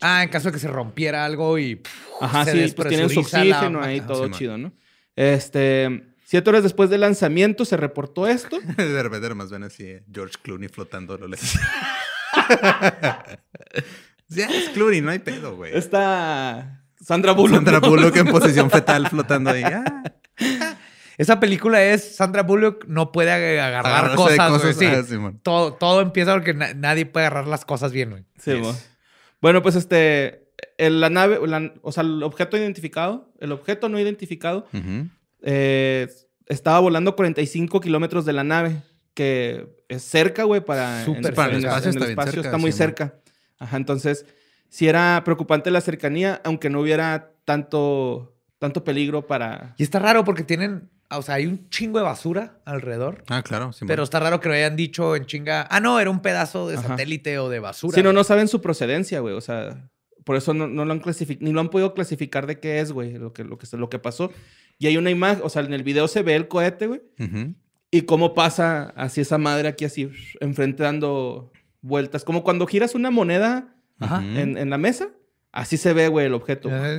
[SPEAKER 1] Ah, en caso de que se rompiera algo y pff,
[SPEAKER 2] Ajá,
[SPEAKER 1] se
[SPEAKER 2] sí, pues tienen su
[SPEAKER 1] despresuriza la Ah,
[SPEAKER 2] oxígeno ahí,
[SPEAKER 1] maca.
[SPEAKER 2] todo
[SPEAKER 3] Sí, man.
[SPEAKER 2] chido, ¿no? Este, siete horas después del lanzamiento se reportó esto.
[SPEAKER 3] De repente nomás ven así eh, George Clooney flotando. lo le- ya ah, es Clooney, no hay pedo, güey.
[SPEAKER 2] Esta Sandra Bullock.
[SPEAKER 3] Sandra
[SPEAKER 2] ¿no?
[SPEAKER 3] Bullock en posición fetal flotando ahí. Ah,
[SPEAKER 1] Esa película es Sandra Bullock no puede ag- agarrar
[SPEAKER 3] agarrándose
[SPEAKER 1] cosas,
[SPEAKER 3] de
[SPEAKER 1] güey, sí.
[SPEAKER 3] Ah, Simón.
[SPEAKER 1] todo, todo empieza porque na- nadie puede agarrar las cosas bien, güey.
[SPEAKER 2] Sí,
[SPEAKER 3] Yes.
[SPEAKER 2] mo. Bueno, pues este, el- la nave, la- o sea, el objeto identificado, el objeto no identificado,
[SPEAKER 3] Ujú.
[SPEAKER 2] eh, estaba volando 45 kilómetros de la nave, que es cerca, güey, para,
[SPEAKER 1] Súper
[SPEAKER 2] en-
[SPEAKER 1] para el
[SPEAKER 2] en- en
[SPEAKER 3] espacio está bien cerca,
[SPEAKER 2] está muy
[SPEAKER 3] sí, mo.
[SPEAKER 2] cerca. Ajá, entonces, si era preocupante la cercanía, aunque no hubiera tanto, tanto peligro para...
[SPEAKER 1] Y está raro porque tienen, o sea, hay un chingo de basura alrededor.
[SPEAKER 3] Ah, claro. Simón.
[SPEAKER 1] Pero está raro que lo hayan dicho en chinga. Ah, no, era un pedazo de
[SPEAKER 2] Ajá.
[SPEAKER 1] satélite o de basura.
[SPEAKER 2] Si no,
[SPEAKER 1] güey.
[SPEAKER 2] no saben su procedencia, güey. O sea, por eso no, no lo han clasificado, ni lo han podido clasificar de qué es, güey, lo que, lo, que, lo que pasó. Y hay una imagen, o sea, en el video se ve el cohete, güey,
[SPEAKER 3] Ujú.
[SPEAKER 2] y cómo pasa así esa madre aquí, así, enfrentando vueltas. Como cuando giras una moneda
[SPEAKER 1] Ajá.
[SPEAKER 3] Ujú.
[SPEAKER 2] en, en la mesa, así se ve, güey, el objeto.
[SPEAKER 1] Eh,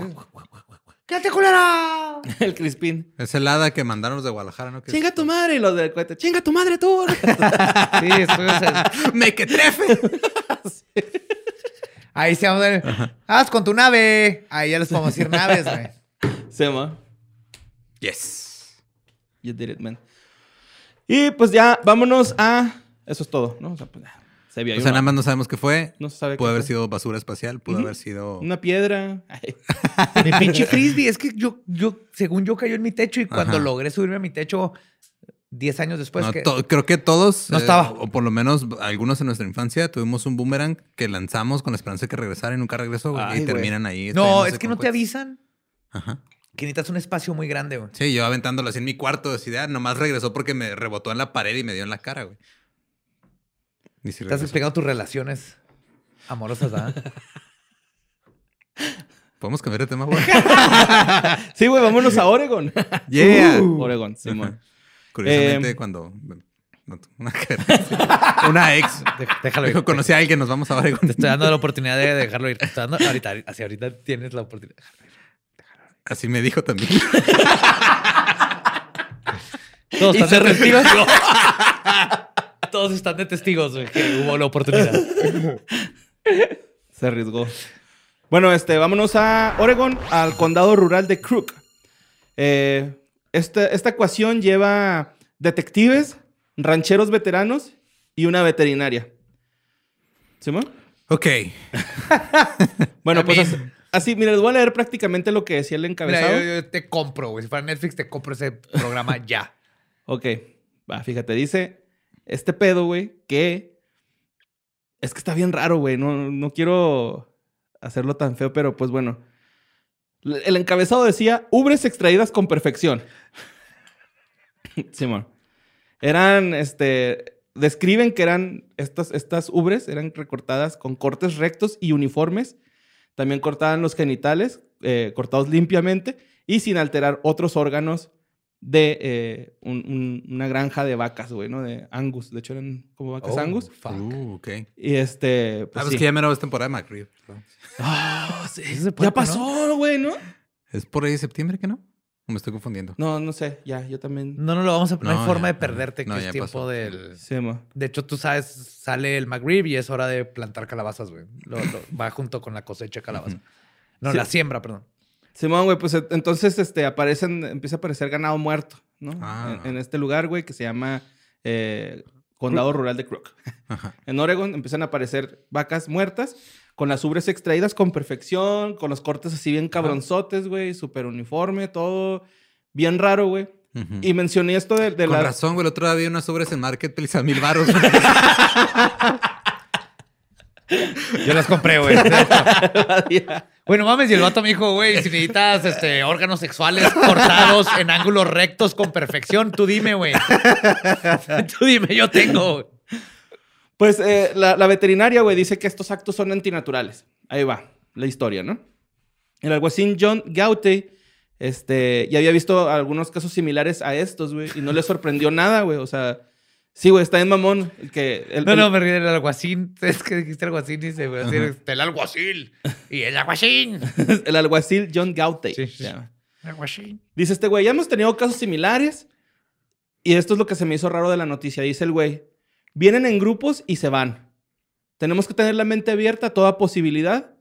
[SPEAKER 1] ¡Quédate, culera!
[SPEAKER 2] el crispín.
[SPEAKER 3] Es el hada que mandaron los de Guadalajara, ¿no? Que
[SPEAKER 2] Chinga tu madre, y los del cohete. Chinga tu madre, tú.
[SPEAKER 1] Sí, eso es el-
[SPEAKER 3] ¡Mequetrefe!
[SPEAKER 1] Ahí se vamos a ver. Haz con tu nave. Ahí ya les podemos decir naves, güey.
[SPEAKER 2] se llama.
[SPEAKER 3] yes.
[SPEAKER 2] You did it, man. Y pues ya, vámonos a. Eso es todo, ¿no? O sea, pues, ya, se vio.
[SPEAKER 3] O
[SPEAKER 2] ahí
[SPEAKER 3] sea,
[SPEAKER 2] una-
[SPEAKER 3] nada más no sabemos qué fue.
[SPEAKER 2] No se sabe.
[SPEAKER 3] Pudo
[SPEAKER 2] qué
[SPEAKER 3] haber
[SPEAKER 2] fue.
[SPEAKER 3] sido basura espacial, pudo
[SPEAKER 2] Ujú.
[SPEAKER 3] haber sido.
[SPEAKER 2] Una piedra. Ay.
[SPEAKER 1] Mi pinche frisbee. Es que yo, yo, según yo, cayó en mi techo y cuando
[SPEAKER 3] Ajá.
[SPEAKER 1] logré subirme a mi techo 10 años después.
[SPEAKER 3] No,
[SPEAKER 1] Pues que-
[SPEAKER 3] to- creo que todos, eh,
[SPEAKER 1] No estaba.
[SPEAKER 3] o por lo menos algunos en nuestra infancia, tuvimos un boomerang que lanzamos con la esperanza de que regresara y nunca regresó. güey,
[SPEAKER 2] Ay,
[SPEAKER 3] y
[SPEAKER 2] güey.
[SPEAKER 3] terminan ahí.
[SPEAKER 1] no,
[SPEAKER 3] estallándose
[SPEAKER 1] es que
[SPEAKER 3] con
[SPEAKER 1] no te
[SPEAKER 3] cohetes.
[SPEAKER 1] avisan
[SPEAKER 3] Ajá.
[SPEAKER 1] que necesitas un espacio muy grande, güey.
[SPEAKER 3] Sí, yo aventándolo así en mi cuarto, así de, ah, nomás regresó porque me rebotó en la pared y me dio en la cara, güey. Ni si
[SPEAKER 1] Estás
[SPEAKER 3] regresó.
[SPEAKER 1] explicando tus relaciones amorosas, ¿verdad?
[SPEAKER 3] ¿Podemos cambiar de tema, güey?
[SPEAKER 2] Sí, güey, vámonos a Oregon.
[SPEAKER 3] yeah.
[SPEAKER 1] Uh.
[SPEAKER 2] Oregon, Simón.
[SPEAKER 3] Curiosamente,
[SPEAKER 1] Eh,
[SPEAKER 2] Em.
[SPEAKER 3] cuando... no, una, una ex.
[SPEAKER 1] Dej- Déjalo ir.
[SPEAKER 3] Dijo, conocí a alguien, nos vamos a ver.
[SPEAKER 1] Te estoy dando la oportunidad de dejarlo ir. Te estoy dando ahorita, así ahorita tienes la oportunidad.
[SPEAKER 3] Así me dijo también.
[SPEAKER 1] Todos
[SPEAKER 2] Y
[SPEAKER 1] están de testigos. Todos están de testigos güey, que hubo la oportunidad.
[SPEAKER 2] Se arriesgó. Bueno, este, vámonos a Oregon, al condado rural de Crook. Eh, esta, esta ecuación lleva detectives, rancheros veteranos y una veterinaria. ¿Simón?
[SPEAKER 3] ok.
[SPEAKER 2] Bueno, pues
[SPEAKER 1] Amén.
[SPEAKER 2] así, así, mira, les voy a leer prácticamente lo que decía el
[SPEAKER 1] Mira,
[SPEAKER 2] encabezado.
[SPEAKER 1] yo, yo te compro, güey. Si fuera Netflix, te compro ese programa ya.
[SPEAKER 2] Ok, va, fíjate, dice este pedo, güey, que es que está bien raro, güey, no, no quiero hacerlo tan feo, pero pues bueno. L- El encabezado decía, ubres extraídas con perfección. Simón. Eran, este, describen que eran estas, estas ubres, eran recortadas con cortes rectos y uniformes. También cortaban los genitales, eh, cortados limpiamente y sin alterar otros órganos de eh, un- un- una granja de vacas, güey, ¿no? De Angus. De hecho, eran como vacas
[SPEAKER 1] Oh,
[SPEAKER 2] Angus.
[SPEAKER 1] fuck.
[SPEAKER 3] Uh, ok.
[SPEAKER 2] Y este.
[SPEAKER 3] Ah,
[SPEAKER 2] Pues,
[SPEAKER 3] pues
[SPEAKER 2] sí.
[SPEAKER 3] que ya mero es temporada de McRib.
[SPEAKER 2] Ah, sí.
[SPEAKER 1] Eso se puede,
[SPEAKER 2] Ya pasó, güey, ¿no?
[SPEAKER 3] ¿Es por ahí de septiembre que no? ¿O me estoy confundiendo?
[SPEAKER 2] No, no sé. Ya, yo también.
[SPEAKER 3] Mm.
[SPEAKER 1] No, no lo vamos a. No,
[SPEAKER 3] No,
[SPEAKER 1] hay forma
[SPEAKER 3] ya,
[SPEAKER 1] de perderte
[SPEAKER 3] no,
[SPEAKER 1] que
[SPEAKER 3] ya
[SPEAKER 1] es tiempo
[SPEAKER 3] pasó.
[SPEAKER 1] del.
[SPEAKER 2] Sí, mo.
[SPEAKER 1] De hecho, tú sabes, sale el McRib y es hora de plantar calabazas, güey. Lo- lo- va junto con la cosecha de calabaza. No,
[SPEAKER 2] Sí.
[SPEAKER 1] la siembra, perdón.
[SPEAKER 2] Simón, güey, pues e- entonces este, aparecen, empieza a aparecer ganado muerto, ¿no?
[SPEAKER 3] Ah.
[SPEAKER 2] En, en este lugar, güey, que se llama eh, Condado Rural de Crook.
[SPEAKER 3] Ajá.
[SPEAKER 2] En Oregon empiezan a aparecer vacas muertas con las ubres extraídas con perfección, con los cortes así bien cabronzotes, güey, súper uniforme, todo bien raro, güey.
[SPEAKER 3] Ujú.
[SPEAKER 2] Y mencioné esto de, de
[SPEAKER 3] Mm. Con
[SPEAKER 2] la...
[SPEAKER 3] razón, güey. El otro día había unas sobres en Marketplace a mil baros.
[SPEAKER 1] Yo las compré, güey. Güey, no mames, y el vato me dijo, güey, si necesitas este, órganos sexuales cortados en ángulos rectos con perfección, tú dime, güey. tú dime, yo tengo. güey.
[SPEAKER 2] Pues eh, la, la veterinaria, güey, dice que estos actos son antinaturales. Ahí va la historia, ¿no? El alguacil John Gaute este, ya había visto algunos casos similares a estos, güey, y no le sorprendió nada, güey. O sea, sí, güey, está en mamón. el que, el-
[SPEAKER 1] No,
[SPEAKER 2] el-
[SPEAKER 1] no, me ríe del alguacín. Es que dijiste alguacín y se me va a decir, el alguacil. Y el alguacín.
[SPEAKER 2] el alguacil John Gaute.
[SPEAKER 1] pues- Sí, sí, sí.
[SPEAKER 2] se llama.
[SPEAKER 1] Alguacín.
[SPEAKER 2] Dice este güey, ya hemos tenido casos similares. Y esto es lo que se me hizo raro de la noticia. Dice el güey, vienen en grupos y se van. Tenemos que tener la mente abierta a toda posibilidad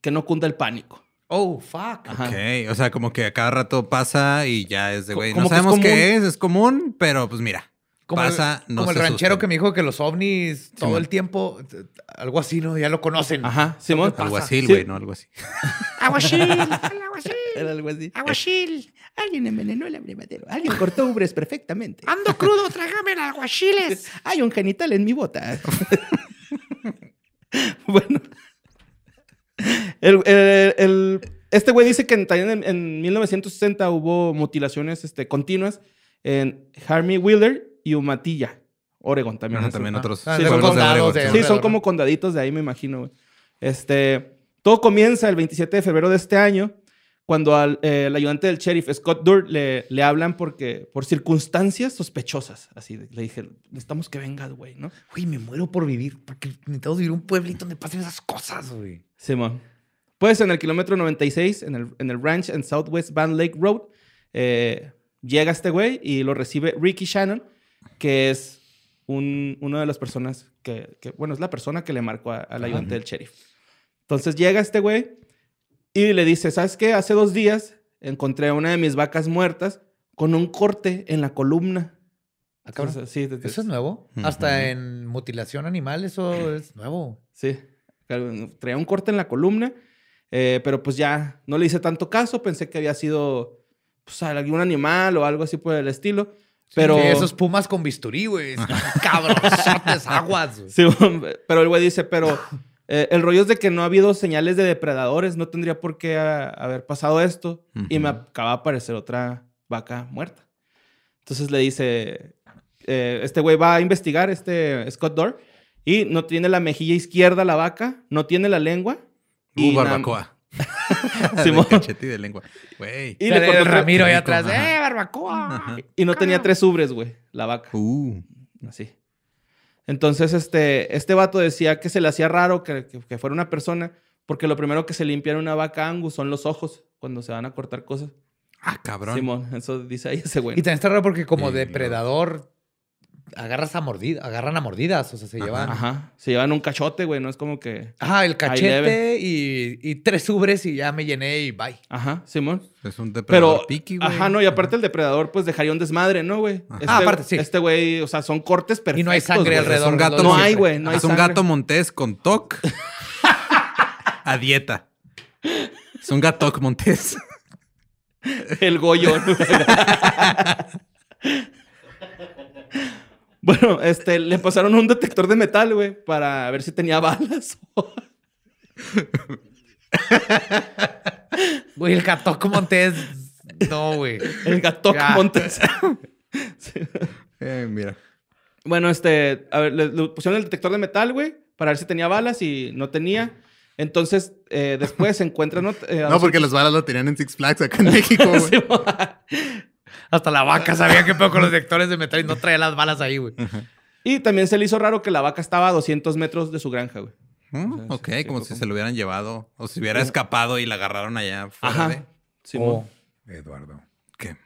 [SPEAKER 2] que no cunda el pánico.
[SPEAKER 1] Oh, fuck.
[SPEAKER 2] Ajá.
[SPEAKER 3] Ok, o sea, como que a cada rato pasa y ya es de
[SPEAKER 2] Co-
[SPEAKER 3] güey.
[SPEAKER 2] como
[SPEAKER 3] No
[SPEAKER 2] que es
[SPEAKER 3] sabemos qué
[SPEAKER 2] común.
[SPEAKER 3] es, es común, pero pues mira,
[SPEAKER 1] el-
[SPEAKER 3] pasa, no
[SPEAKER 1] como
[SPEAKER 3] se
[SPEAKER 1] el ranchero
[SPEAKER 3] asusten.
[SPEAKER 1] que me dijo que los ovnis todo
[SPEAKER 3] Simón.
[SPEAKER 1] el tiempo, t- t- algo así, ¿no? Ya lo conocen.
[SPEAKER 2] Ajá, Simón.
[SPEAKER 1] pasa.
[SPEAKER 3] Algo así,
[SPEAKER 2] Sí.
[SPEAKER 3] güey, ¿no? Algo así.
[SPEAKER 5] Aguachil, el aguachil,
[SPEAKER 2] Era algo así.
[SPEAKER 5] aguachil.
[SPEAKER 2] Alguien envenenó el abrevadero. Alguien cortó ubres perfectamente.
[SPEAKER 5] Ando crudo, trágame el aguachiles.
[SPEAKER 2] Hay un genital en mi bota. bueno. El- el- el- este güey dice que en, también en, en 1960 hubo mutilaciones este, continuas en Harmy Wheeler y Umatilla, Oregon también.
[SPEAKER 3] Ajá,
[SPEAKER 2] Es-
[SPEAKER 3] también
[SPEAKER 1] ah,
[SPEAKER 3] otros.
[SPEAKER 1] ah,
[SPEAKER 2] sí,
[SPEAKER 3] pueblos
[SPEAKER 2] son
[SPEAKER 3] de
[SPEAKER 1] condados
[SPEAKER 3] Oregón,
[SPEAKER 1] de-
[SPEAKER 3] sí.
[SPEAKER 2] Sí, son
[SPEAKER 1] Alrededor,
[SPEAKER 2] como
[SPEAKER 1] ¿no?
[SPEAKER 2] condaditos de ahí, me imagino, güey. Este, todo comienza el 27 de febrero de este año, cuando al eh, el ayudante del sheriff, Scott Durr, le, le hablan porque, por circunstancias sospechosas. Así de- le dije, necesitamos que vengas, güey, ¿no?
[SPEAKER 1] Güey, me muero por vivir, porque necesitamos vivir un pueblito donde pasen esas cosas, güey.
[SPEAKER 2] Simón. Pues en el kilómetro 96, en el, en el ranch en Southwest Van Lake Road, eh, llega este güey y lo recibe Ricky Shannon, que es un, una de las personas que, que- bueno, es la persona que le marcó a- al ayudante del sheriff. Entonces llega este güey y le dice, ¿sabes qué? Hace dos días encontré a una de mis vacas muertas con un corte en la columna.
[SPEAKER 1] Ah, cabrón.
[SPEAKER 2] Entonces, sí, te- te-
[SPEAKER 1] ¿Eso es nuevo?
[SPEAKER 3] Ujú.
[SPEAKER 1] Hasta en mutilación animal, eso es nuevo.
[SPEAKER 2] Sí. Claro, Traía un corte en la columna, eh, pero pues ya no le hice tanto caso. Pensé que había sido pues, algún animal o algo así por el estilo. Pero,
[SPEAKER 1] Sí, esos pumas con bisturí, güey. Cabrosotes, aguas, güey.
[SPEAKER 2] Sí, pero el güey dice, pero eh, el rollo es de que no ha habido señales de depredadores. No tendría por qué ah, haber pasado esto. Y me
[SPEAKER 3] Ujú.
[SPEAKER 2] acaba de aparecer otra vaca muerta. Entonces le dice, eh, este güey va a investigar, este Scott Dorr, y no tiene la mejilla izquierda la vaca, no tiene la lengua. na-
[SPEAKER 3] Uh, barbacoa.
[SPEAKER 2] Simón.
[SPEAKER 3] de cachete y de lengua. Güey.
[SPEAKER 2] Y, Ah,
[SPEAKER 1] Sale
[SPEAKER 2] le cortó
[SPEAKER 1] el
[SPEAKER 2] tres-
[SPEAKER 1] Ramiro ahí
[SPEAKER 3] Rico,
[SPEAKER 1] atrás.
[SPEAKER 3] ajá.
[SPEAKER 1] ¡Eh, barbacoa!
[SPEAKER 3] Ajá.
[SPEAKER 2] y no tenía tres ubres, güey, la vaca.
[SPEAKER 3] Uh.
[SPEAKER 2] Así. Entonces, este, este vato decía que se le hacía raro que, que- que fuera una persona, porque lo primero que se limpia en una vaca angus son los ojos cuando se van a cortar cosas.
[SPEAKER 3] Ah, cabrón.
[SPEAKER 2] Simón, eso dice ahí ese
[SPEAKER 1] Y
[SPEAKER 2] güey.
[SPEAKER 1] también está raro porque como
[SPEAKER 3] Sí,
[SPEAKER 1] depredador agarras a mordida, agarran a mordidas, o sea, se
[SPEAKER 3] Ajá.
[SPEAKER 1] llevan. Ajá.
[SPEAKER 2] Ajá. Se llevan un cachote, güey, no es como que.
[SPEAKER 1] el cachete y, y tres ubres y ya me llené y bye.
[SPEAKER 2] Ajá, Simón.
[SPEAKER 3] Es un
[SPEAKER 2] Pero.
[SPEAKER 3] depredador piqui, güey.
[SPEAKER 2] Ajá, no, y aparte el depredador, pues dejaría un desmadre, ¿no, güey?
[SPEAKER 3] Ajá.
[SPEAKER 1] Ah, aparte, sí.
[SPEAKER 2] Este güey, o sea, son cortes perfectos.
[SPEAKER 1] Y no hay sangre
[SPEAKER 2] güey.
[SPEAKER 1] alrededor.
[SPEAKER 3] Es un
[SPEAKER 1] de
[SPEAKER 3] gato.
[SPEAKER 1] los
[SPEAKER 2] No
[SPEAKER 1] siempre.
[SPEAKER 2] hay, güey, no hay
[SPEAKER 3] es un
[SPEAKER 2] sangre.
[SPEAKER 3] gato montés con toc. a dieta. Es un gato montés.
[SPEAKER 2] El Goyo. bueno, este, le pasaron un detector de metal, güey, para ver si tenía balas.
[SPEAKER 1] Güey, el gatoco montés. No, güey.
[SPEAKER 2] El gato
[SPEAKER 1] Ya.
[SPEAKER 3] Ah.
[SPEAKER 2] Montes.
[SPEAKER 3] eh, mira.
[SPEAKER 2] bueno, este, a ver, le, le pusieron el detector de metal, güey, para ver si tenía balas y no tenía. Entonces, eh, después se encuentran... ot- eh, a
[SPEAKER 3] No,
[SPEAKER 2] los-
[SPEAKER 3] porque las balas lo tenían en Six Flags acá en México, güey.
[SPEAKER 1] Hasta la vaca sabía que pedo con los detectores de metal y no traía las balas ahí, güey.
[SPEAKER 2] Y también se le hizo raro que la vaca estaba a 200 metros de su granja, güey.
[SPEAKER 1] Ah,
[SPEAKER 3] Mm,
[SPEAKER 2] Sí,
[SPEAKER 3] ok,
[SPEAKER 2] sí, sí,
[SPEAKER 3] como
[SPEAKER 2] fue
[SPEAKER 3] si
[SPEAKER 2] como-
[SPEAKER 3] se lo hubieran llevado o se hubiera escapado y la agarraron allá fuera de-
[SPEAKER 2] Sí,
[SPEAKER 1] Oh.
[SPEAKER 3] Eduardo. ¿Qué?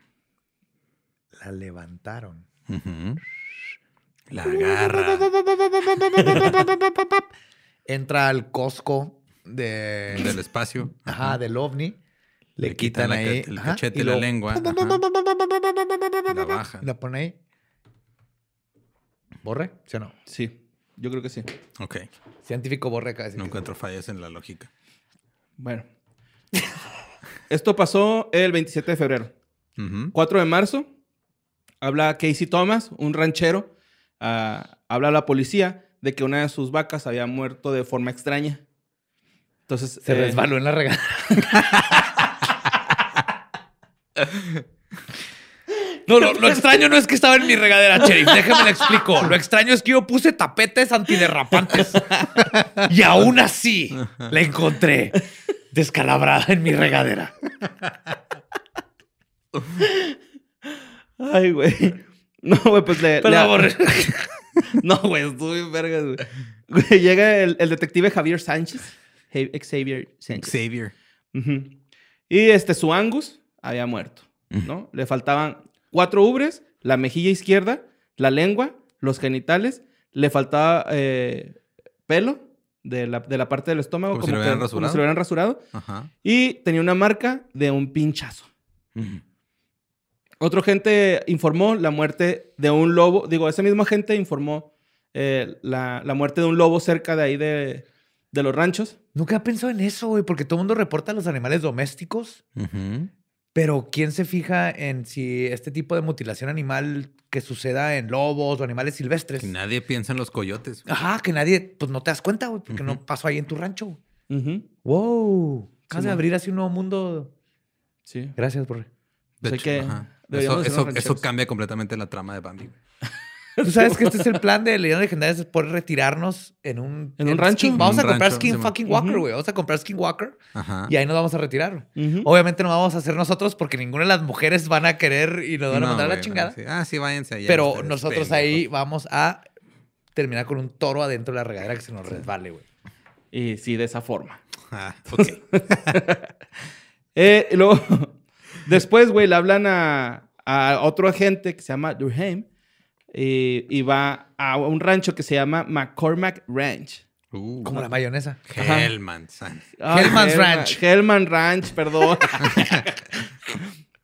[SPEAKER 1] La levantaron.
[SPEAKER 3] Ujú. La agarra.
[SPEAKER 1] Entra al Costco de,
[SPEAKER 3] Del espacio.
[SPEAKER 1] ajá, del ovni. Le, quitan,
[SPEAKER 3] la
[SPEAKER 1] ahí
[SPEAKER 3] ca- el
[SPEAKER 1] ajá,
[SPEAKER 3] cachete
[SPEAKER 1] y
[SPEAKER 3] y la
[SPEAKER 1] lo-
[SPEAKER 3] lengua. ajá, La baja.
[SPEAKER 1] La pone ahí. ¿Borre? ¿Sí o no?
[SPEAKER 2] Sí, yo creo que sí.
[SPEAKER 3] Ok.
[SPEAKER 1] Científico borre acá.
[SPEAKER 3] No encuentro fallas en la lógica.
[SPEAKER 2] Bueno. Esto pasó el 27 de febrero.
[SPEAKER 3] Ujú.
[SPEAKER 2] 4 de marzo, habla Casey Thomas, un ranchero, ah, habla a la policía de que una de sus vacas había muerto de forma extraña. Entonces.
[SPEAKER 1] Se
[SPEAKER 2] eh,
[SPEAKER 1] resbaló en la regadera. No, lo, lo extraño no es que estaba en mi regadera, Sheriff. Déjame le explico. Lo extraño es que yo puse tapetes antiderrapantes. Y aún así la encontré descalabrada en mi regadera.
[SPEAKER 2] Ay, güey. No, güey, pues le.
[SPEAKER 1] Pero
[SPEAKER 2] le-
[SPEAKER 1] amor,
[SPEAKER 2] No, güey, estuvo bien vergas, güey. Güey, Llega el, el detective Javier Sánchez. Ja- Xavier Sánchez.
[SPEAKER 3] Xavier.
[SPEAKER 2] Ujú. Y este, su Angus había muerto, ¿no? Le faltaban cuatro ubres, la mejilla izquierda, la lengua, los genitales, le faltaba eh, pelo de la, de la parte del estómago,
[SPEAKER 3] Como si lo
[SPEAKER 2] que-
[SPEAKER 3] hubieran
[SPEAKER 2] como
[SPEAKER 3] rasurado.
[SPEAKER 2] si lo hubieran rasurado.
[SPEAKER 3] Ajá.
[SPEAKER 2] Y tenía una marca de un pinchazo. Otro gente informó la muerte de un lobo. Digo, ese mismo gente informó eh, la, la muerte de un lobo cerca de ahí de, de los ranchos.
[SPEAKER 1] Nunca he pensado en eso, güey, porque todo el mundo reporta a los animales domésticos.
[SPEAKER 3] Ujú.
[SPEAKER 1] Pero ¿quién se fija en si este tipo de mutilación animal que suceda en lobos o animales silvestres?
[SPEAKER 3] Que nadie piensa en los coyotes.
[SPEAKER 1] Ajá, que nadie, pues no te das cuenta, güey, porque
[SPEAKER 3] Ujú.
[SPEAKER 1] no pasó ahí en tu rancho. güey.
[SPEAKER 2] Ujú.
[SPEAKER 1] Wow. Acabas de
[SPEAKER 2] Simón.
[SPEAKER 1] abrir así un nuevo mundo.
[SPEAKER 2] Sí.
[SPEAKER 1] Gracias, por.
[SPEAKER 3] De
[SPEAKER 2] Sé
[SPEAKER 3] hecho,
[SPEAKER 2] que
[SPEAKER 3] ajá.
[SPEAKER 2] deberíamos
[SPEAKER 3] Eso,
[SPEAKER 2] ser
[SPEAKER 3] eso,
[SPEAKER 2] unos
[SPEAKER 3] eso
[SPEAKER 2] rancheros.
[SPEAKER 3] cambia completamente la trama de Bambi. güey.
[SPEAKER 1] Tú sabes que este es el plan de Leyendas Legendarias es poder retirarnos en un...
[SPEAKER 2] ¿En un rancho?
[SPEAKER 1] Skin- Vamos
[SPEAKER 3] En
[SPEAKER 1] a
[SPEAKER 3] un
[SPEAKER 1] comprar
[SPEAKER 3] rancho,
[SPEAKER 1] Skin
[SPEAKER 3] Simón. Ah.
[SPEAKER 1] fucking Walker,
[SPEAKER 2] Ujú.
[SPEAKER 1] güey. Vamos a comprar Skin Walker
[SPEAKER 3] Ajá.
[SPEAKER 1] y ahí nos vamos a retirar.
[SPEAKER 2] Ujú.
[SPEAKER 1] Obviamente no vamos a hacer nosotros porque ninguna de las mujeres van a querer y nos van a
[SPEAKER 3] No,
[SPEAKER 1] mandar a la
[SPEAKER 3] güey, no,
[SPEAKER 1] chingada.
[SPEAKER 3] sí. Ah, sí, váyanse allá.
[SPEAKER 1] Pero
[SPEAKER 3] ustedes,
[SPEAKER 1] nosotros
[SPEAKER 3] pendejos.
[SPEAKER 1] ahí vamos a terminar con un toro adentro de la regadera que se nos resbale, güey.
[SPEAKER 2] Y sí, de esa forma.
[SPEAKER 3] Ah, ok.
[SPEAKER 2] Eh, y luego, después, güey, le hablan a, a otro agente que se llama Durham eh, y va a un rancho que se llama McCormack Ranch.
[SPEAKER 3] Uh,
[SPEAKER 1] Como la mayonesa.
[SPEAKER 2] Ajá.
[SPEAKER 3] Hellman. san-
[SPEAKER 2] Ay,
[SPEAKER 1] Hellman's
[SPEAKER 2] Hellman-
[SPEAKER 1] Ranch.
[SPEAKER 2] Hellman Ranch, perdón.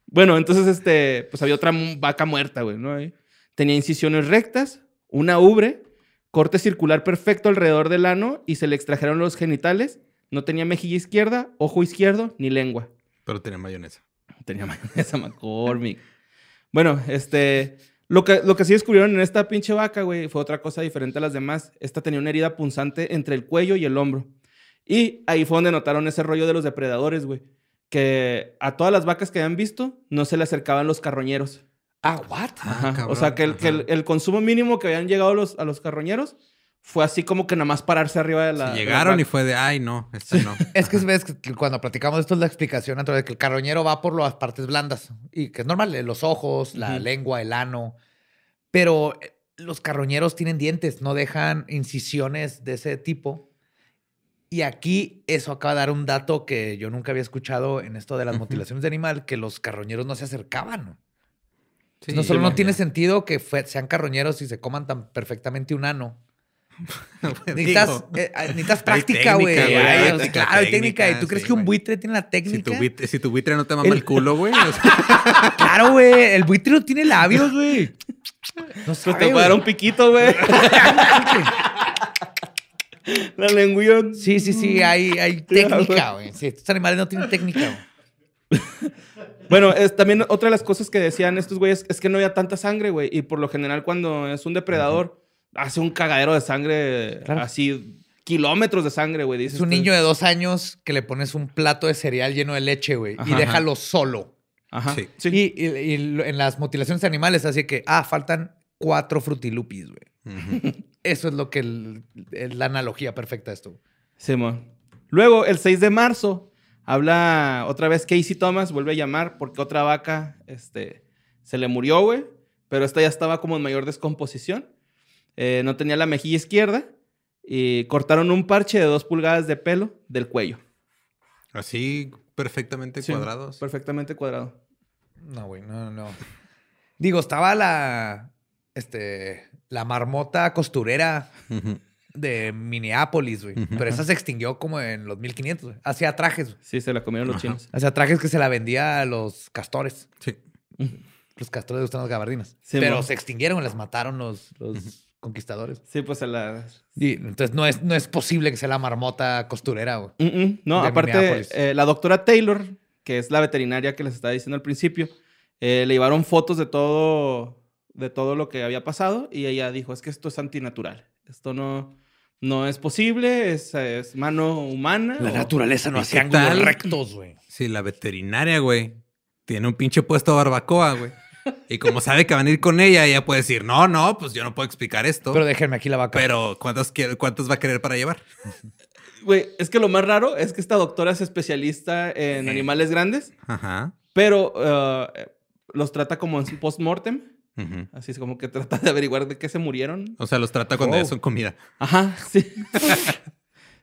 [SPEAKER 2] bueno, entonces, este, pues había otra mu- vaca muerta, güey, ¿no? Ahí. Tenía incisiones rectas, una ubre, corte circular perfecto alrededor del ano y se le extrajeron los genitales. No tenía mejilla izquierda, ojo izquierdo, ni lengua.
[SPEAKER 3] Pero tenía mayonesa.
[SPEAKER 2] Tenía mayonesa McCormick. Bueno, este. Lo que, lo que sí descubrieron en esta pinche vaca, güey, fue otra cosa diferente a las demás. Esta tenía una herida punzante entre el cuello y el hombro. Y ahí fue donde notaron ese rollo de los depredadores, güey. Que a todas las vacas que habían visto, no se le acercaban los carroñeros.
[SPEAKER 1] Ah, what?
[SPEAKER 2] Ajá.
[SPEAKER 3] Ah, cabrón,
[SPEAKER 2] o sea, que, el, que el,
[SPEAKER 3] ajá.
[SPEAKER 2] el consumo mínimo que habían llegado los, a los carroñeros fue así como que nada más pararse arriba de la. de la
[SPEAKER 3] Llegaron y
[SPEAKER 2] vaca.
[SPEAKER 3] fue de, ay, no, esta no.
[SPEAKER 1] Es que ves que cuando platicamos esto es la explicación anterior de que el carroñero va por las partes blandas y que es normal, eh, los ojos, la
[SPEAKER 2] Ujú.
[SPEAKER 1] lengua, el ano. Pero eh, los carroñeros tienen dientes, no dejan incisiones de ese tipo. Y aquí eso acaba de dar un dato que yo nunca había escuchado en esto de las
[SPEAKER 3] Ujú.
[SPEAKER 1] mutilaciones de animal, que los carroñeros no se acercaban.
[SPEAKER 3] Sí,
[SPEAKER 1] no solo
[SPEAKER 3] ya.
[SPEAKER 1] no tiene sentido que fue- sean carroñeros y se coman tan perfectamente un ano. Necesitas,
[SPEAKER 3] Digo,
[SPEAKER 1] eh, ah, necesitas práctica,
[SPEAKER 3] técnica,
[SPEAKER 1] güey.
[SPEAKER 3] güey,
[SPEAKER 1] Ay, o
[SPEAKER 3] hay
[SPEAKER 1] sea,
[SPEAKER 3] técnica,
[SPEAKER 1] Claro, hay técnica. ¿Y tú
[SPEAKER 3] sí,
[SPEAKER 1] crees que un
[SPEAKER 3] güey.
[SPEAKER 1] buitre tiene la
[SPEAKER 3] si, tu
[SPEAKER 1] técnica?
[SPEAKER 3] buitre, si tu buitre no te mama el,
[SPEAKER 1] El-
[SPEAKER 3] culo, güey. o sea,
[SPEAKER 1] Claro, güey. El buitre no tiene labios, güey. No
[SPEAKER 2] Pues
[SPEAKER 1] sabe,
[SPEAKER 2] te voy a dar
[SPEAKER 1] güey.
[SPEAKER 2] un piquito, güey. la lengüilla.
[SPEAKER 1] Sí, sí, sí. Hay, hay técnica, güey. Sí, estos animales no tienen técnica, güey.
[SPEAKER 2] Bueno, es, también otra de las cosas que decían estos güeyes es que no había tanta sangre, güey. Y por lo general, cuando es un depredador, hace un cagadero de sangre,
[SPEAKER 1] Claro.
[SPEAKER 2] así, kilómetros de sangre, güey.
[SPEAKER 1] Es un niño de dos años que le pones un plato de cereal lleno de leche, güey. Y
[SPEAKER 2] Ajá.
[SPEAKER 1] déjalo solo.
[SPEAKER 2] Ajá.
[SPEAKER 3] Sí.
[SPEAKER 2] Sí.
[SPEAKER 1] Y, y- y lo- en las mutilaciones de animales, así que, ah, faltan cuatro frutilupis, güey.
[SPEAKER 3] ujú.
[SPEAKER 1] Eso es lo que el- es la analogía perfecta de esto.
[SPEAKER 2] Simón. Luego, el 6 de marzo, habla otra vez Casey Thomas, vuelve a llamar porque otra vaca este, se le murió, güey. Pero esta ya estaba como en mayor descomposición. Eh, no tenía la mejilla izquierda. Y cortaron un parche de dos pulgadas de pelo del cuello.
[SPEAKER 3] Así perfectamente
[SPEAKER 2] Sí,
[SPEAKER 3] cuadrados.
[SPEAKER 2] Perfectamente cuadrado.
[SPEAKER 1] No, güey, no, no. Digo, estaba la. Este. La marmota costurera
[SPEAKER 3] Ujú.
[SPEAKER 1] de Minneapolis, güey.
[SPEAKER 3] Ujú.
[SPEAKER 1] Pero esa se extinguió como en los 1500, güey. Hacía trajes, güey.
[SPEAKER 2] Sí, se la comieron los
[SPEAKER 3] Ajá.
[SPEAKER 2] chinos.
[SPEAKER 1] Hacía trajes que se la vendía a los castores.
[SPEAKER 3] Sí.
[SPEAKER 1] Los castores gustan las gabardinas.
[SPEAKER 2] Sí,
[SPEAKER 1] Pero
[SPEAKER 2] mon.
[SPEAKER 1] se extinguieron, las mataron los, los conquistadores.
[SPEAKER 2] Sí, pues se la...
[SPEAKER 1] Y entonces no es, no es posible que sea la marmota costurera, güey.
[SPEAKER 2] Mm, mm. No,
[SPEAKER 1] De
[SPEAKER 2] aparte,
[SPEAKER 1] Minneapolis.
[SPEAKER 2] eh, la doctora Taylor, que es la veterinaria que les estaba diciendo al principio, eh, le llevaron fotos de todo, de todo lo que había pasado y ella dijo, es que esto es antinatural. Esto no, No es posible, es, es mano humana.
[SPEAKER 1] La
[SPEAKER 2] o-
[SPEAKER 1] naturaleza no
[SPEAKER 3] ¿Y
[SPEAKER 1] hace
[SPEAKER 3] qué
[SPEAKER 1] ángulos
[SPEAKER 3] tal?
[SPEAKER 1] rectos, güey.
[SPEAKER 3] Si la veterinaria, güey, tiene un pinche puesto de barbacoa, güey. Y como sabe que van a ir con ella, ella puede decir, no, no, pues yo no puedo explicar
[SPEAKER 1] Pero
[SPEAKER 3] esto. Pero,
[SPEAKER 1] déjenme aquí la vaca.
[SPEAKER 3] ¿cuántas, quiere- ¿cuántas va a querer para llevar?
[SPEAKER 2] Güey, es que lo más raro es que esta doctora es especialista en animales grandes,
[SPEAKER 3] Ajá.
[SPEAKER 2] pero eh, los trata como en post-mortem.
[SPEAKER 3] Ujú.
[SPEAKER 2] Así es como que trata de averiguar de qué se murieron.
[SPEAKER 3] O sea, los trata cuando
[SPEAKER 1] Oh.
[SPEAKER 3] ya son comida.
[SPEAKER 2] Ajá, sí.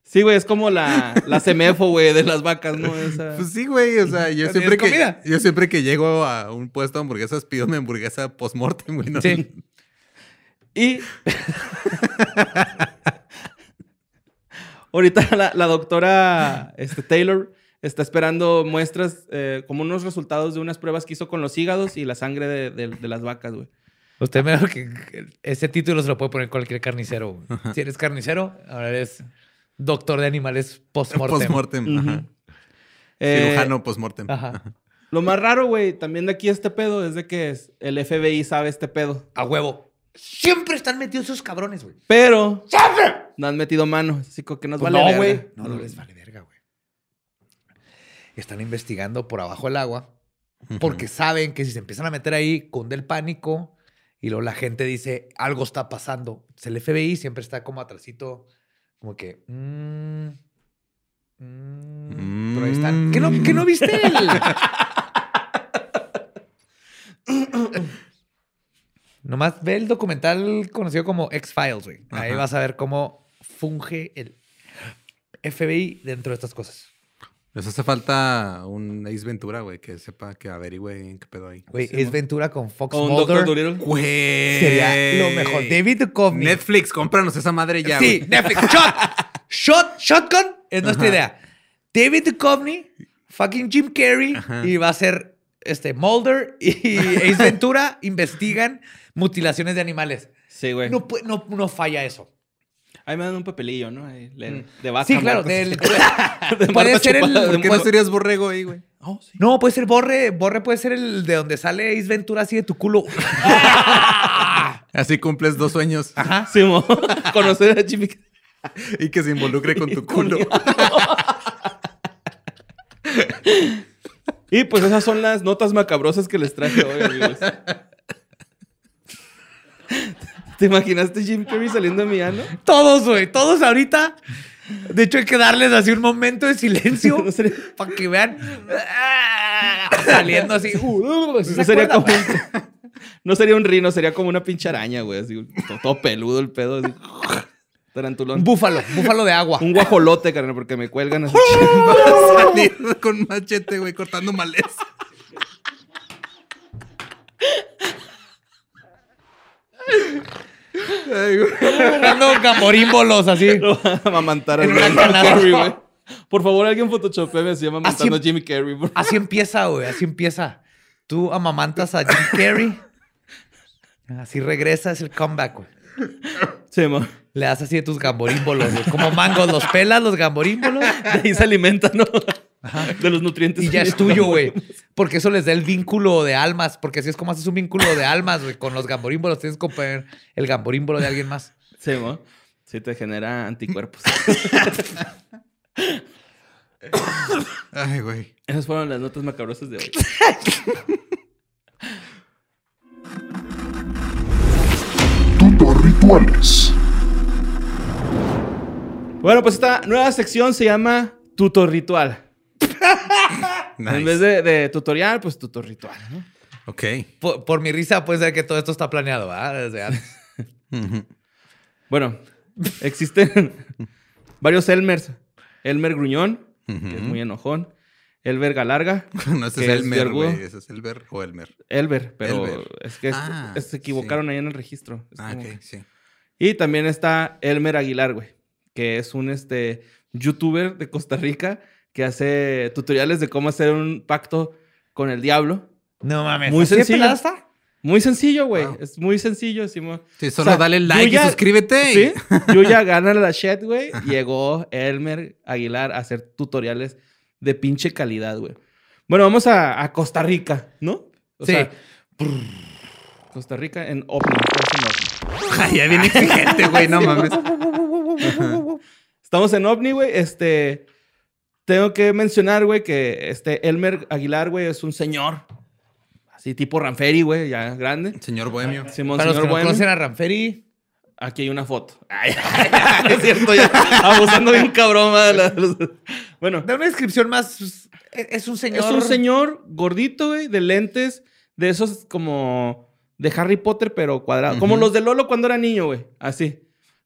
[SPEAKER 2] sí, güey, es como la, la semefo, güey, de las vacas, ¿no? Esa-
[SPEAKER 3] Pues sí, güey. O sea, yo
[SPEAKER 2] ¿Es
[SPEAKER 3] siempre, que,
[SPEAKER 2] comida?
[SPEAKER 3] yo siempre que llego a un puesto de hamburguesas, pido mi hamburguesa post-mortem, güey. ¿no?
[SPEAKER 1] Sí.
[SPEAKER 2] Y. Ahorita la, la doctora este, Taylor está esperando muestras, eh, como unos resultados de unas pruebas que hizo con los hígados y la sangre de, de- de las vacas, güey.
[SPEAKER 1] Usted me dijo que que ese título se lo puede poner cualquier carnicero. güey. Si eres carnicero, ahora eres doctor de animales post-mortem. ah,
[SPEAKER 3] Post-mortem. ajá.
[SPEAKER 2] Ujú. Eh,
[SPEAKER 3] Cirujano post-mortem.
[SPEAKER 1] Ajá.
[SPEAKER 2] Lo más raro, güey, también de aquí este pedo es de que es- el FBI sabe este pedo.
[SPEAKER 1] A huevo. Siempre están metidos esos cabrones, güey.
[SPEAKER 2] Pero
[SPEAKER 1] ¡Siempre!
[SPEAKER 2] no han metido mano. Así como que nos
[SPEAKER 1] Pues
[SPEAKER 2] vale
[SPEAKER 1] no,
[SPEAKER 2] verga.
[SPEAKER 1] güey. No, no les vale verga, güey. Están investigando por abajo del agua
[SPEAKER 3] Ujú.
[SPEAKER 1] porque saben que si se empiezan a meter ahí, cunde el pánico y luego la gente dice, algo está pasando. Entonces, el FBI siempre está como atrasito, como que... mm, mm, Pero ahí están. ¿Qué no, qué no viste el...? Nomás ve el documental conocido como X-Files, güey. Ahí
[SPEAKER 3] Ajá.
[SPEAKER 1] vas a ver cómo funge el FBI dentro de estas cosas.
[SPEAKER 3] Les hace falta un Ace Ventura, güey, que sepa, que averigüe qué pedo hay.
[SPEAKER 1] Güey,
[SPEAKER 2] Sí,
[SPEAKER 1] es
[SPEAKER 2] mo-
[SPEAKER 1] Ventura con Fox
[SPEAKER 2] O un
[SPEAKER 1] Mulder.
[SPEAKER 2] Dr. Dolittle.
[SPEAKER 3] Güey.
[SPEAKER 1] Sería lo mejor. David Duchovny.
[SPEAKER 3] Eh, Netflix, cómpranos esa madre ya.
[SPEAKER 1] sí,
[SPEAKER 3] güey.
[SPEAKER 1] Netflix. Shot. Shot. Shotgun es nuestra idea. David Duchovny, fucking Jim Carrey,
[SPEAKER 3] Ajá.
[SPEAKER 1] y va a ser este Mulder y Ace Ventura investigan mutilaciones de animales.
[SPEAKER 2] Sí, güey.
[SPEAKER 1] No, pu- no, no falla eso.
[SPEAKER 2] Ahí me dan un papelillo, ¿no? Ahí, le- de vaca.
[SPEAKER 1] Mm. Sí, claro.
[SPEAKER 2] muerta.
[SPEAKER 1] del-
[SPEAKER 2] De
[SPEAKER 1] puede
[SPEAKER 2] Marta
[SPEAKER 1] ser el-
[SPEAKER 2] Chupada, de
[SPEAKER 3] ¿Por qué no
[SPEAKER 2] muerto.
[SPEAKER 3] serías borrego ahí, güey?
[SPEAKER 2] Oh, sí.
[SPEAKER 1] No, puede ser Borre. Borre puede ser el de donde sale Ace Ventura así de tu culo.
[SPEAKER 3] Así cumples dos sueños
[SPEAKER 1] Ajá.
[SPEAKER 2] Ah, Sí, mo. Conocer a Jimmy.
[SPEAKER 3] y que se involucre con tu culo.
[SPEAKER 2] Y pues esas son las notas macabrosas que les traje hoy, amigos. ¿Te imaginaste Jim Carrey saliendo de mi ano?
[SPEAKER 1] Todos, güey. Todos ahorita. De hecho, hay que darles así un momento de silencio
[SPEAKER 2] No sería-
[SPEAKER 1] para que vean ah, saliendo así. Uh, ¿sí se
[SPEAKER 2] No sería,
[SPEAKER 1] acuerdan?
[SPEAKER 2] como un- no sería un rino, sería como una pinche araña, güey. Así, to- todo peludo el pedo. Así. Tarantulón.
[SPEAKER 1] Un búfalo, búfalo de agua.
[SPEAKER 2] Un guajolote, carnal, porque me cuelgan así.
[SPEAKER 3] Va a salir con machete, güey, cortando maleza. Ay, güey.
[SPEAKER 1] Dando gamorímbolos así.
[SPEAKER 2] Lo van a amamantar al
[SPEAKER 1] En una
[SPEAKER 2] Jim
[SPEAKER 1] canasta.
[SPEAKER 2] Carrey, güey. Por favor, alguien photoshopeme así amamantando
[SPEAKER 1] Así-
[SPEAKER 2] a Jimmy Carrey. por-
[SPEAKER 1] Así empieza, güey. Así empieza. Tú amamantas a Jim Carrey. Así regresa, es el comeback, güey.
[SPEAKER 2] Sí, mo.
[SPEAKER 1] Le das así de tus gamborímbolos, güey. Como mangos, los pelas, los gamborímbolos.
[SPEAKER 2] De ahí se alimenta, ¿no? De los nutrientes.
[SPEAKER 1] Y ya es tuyo, güey. Porque eso les da el vínculo de almas. Porque así es como haces un vínculo de almas, güey. Con los gamborímbolos tienes que poner el gamborímbolo de alguien más.
[SPEAKER 2] Sí, mo. Sí, te genera anticuerpos.
[SPEAKER 3] Ay, güey.
[SPEAKER 2] Esas fueron las notas macabrosas de hoy.
[SPEAKER 4] Tutos rituales.
[SPEAKER 2] Bueno, pues esta nueva sección se llama Tutor Ritual.
[SPEAKER 3] Nice.
[SPEAKER 2] En vez de, de tutorial, pues tutor ritual. ¿no?
[SPEAKER 3] Ok.
[SPEAKER 1] Por, por mi risa puede ser que todo esto está planeado, ¿verdad? Desde antes.
[SPEAKER 3] Ujú.
[SPEAKER 2] Bueno, existen varios Elmers. Elmer Gruñón, que es
[SPEAKER 3] Ujú.
[SPEAKER 2] muy enojón. Elmer Galarga.
[SPEAKER 3] No, ese
[SPEAKER 2] que
[SPEAKER 3] es Elmer,
[SPEAKER 2] vergudo.
[SPEAKER 3] güey. Ese es Elmer o Elmer.
[SPEAKER 2] Elber, pero
[SPEAKER 3] Elber.
[SPEAKER 2] es que es-
[SPEAKER 3] Ah,
[SPEAKER 2] es- se equivocaron ahí en el registro. Es
[SPEAKER 3] Ah,
[SPEAKER 2] como
[SPEAKER 3] ok,
[SPEAKER 2] que-
[SPEAKER 3] sí.
[SPEAKER 2] Y también está Elmer Aguilar, güey, que es un este, youtuber de Costa Rica que hace tutoriales de cómo hacer un pacto con el diablo.
[SPEAKER 1] No mames.
[SPEAKER 2] Muy
[SPEAKER 1] ¿así de
[SPEAKER 2] sencillo.
[SPEAKER 1] pelada está?
[SPEAKER 2] Muy sencillo, güey.
[SPEAKER 3] Wow.
[SPEAKER 2] Es muy sencillo, Simón.
[SPEAKER 3] Sí, solo
[SPEAKER 2] O sea,
[SPEAKER 3] dale
[SPEAKER 2] yo
[SPEAKER 3] like
[SPEAKER 2] ya-
[SPEAKER 3] y suscríbete.
[SPEAKER 2] Sí, yo ya gana la chat, güey. Llegó Elmer Aguilar a hacer tutoriales de pinche calidad, güey. Bueno, vamos a, a Costa Rica, ¿no? O
[SPEAKER 1] Sí.
[SPEAKER 2] sea, Costa Rica en OVNI. estás en OVNI.
[SPEAKER 3] Ay, ya viene exigente, güey, no mames.
[SPEAKER 2] Estamos en OVNI, güey. Este. Tengo que mencionar, güey, que este Elmer Aguilar, güey, es un señor. Así tipo Ranferi, güey, ya grande.
[SPEAKER 3] Señor Bohemio.
[SPEAKER 2] Simón,
[SPEAKER 1] Para los que
[SPEAKER 2] señor
[SPEAKER 1] no
[SPEAKER 2] bueno.
[SPEAKER 1] conocen a Ranferi,
[SPEAKER 2] Aquí hay una foto. Ay, es cierto, ya. Abusando bien cabrón, madre, la- los- Bueno,
[SPEAKER 1] da una descripción más. Es es un
[SPEAKER 3] Este
[SPEAKER 1] señor.
[SPEAKER 2] es un señor gordito, güey, de lentes, de esos como de Harry Potter, pero cuadrado. Como
[SPEAKER 3] Ujú.
[SPEAKER 2] los de Lolo cuando era niño, güey. Así.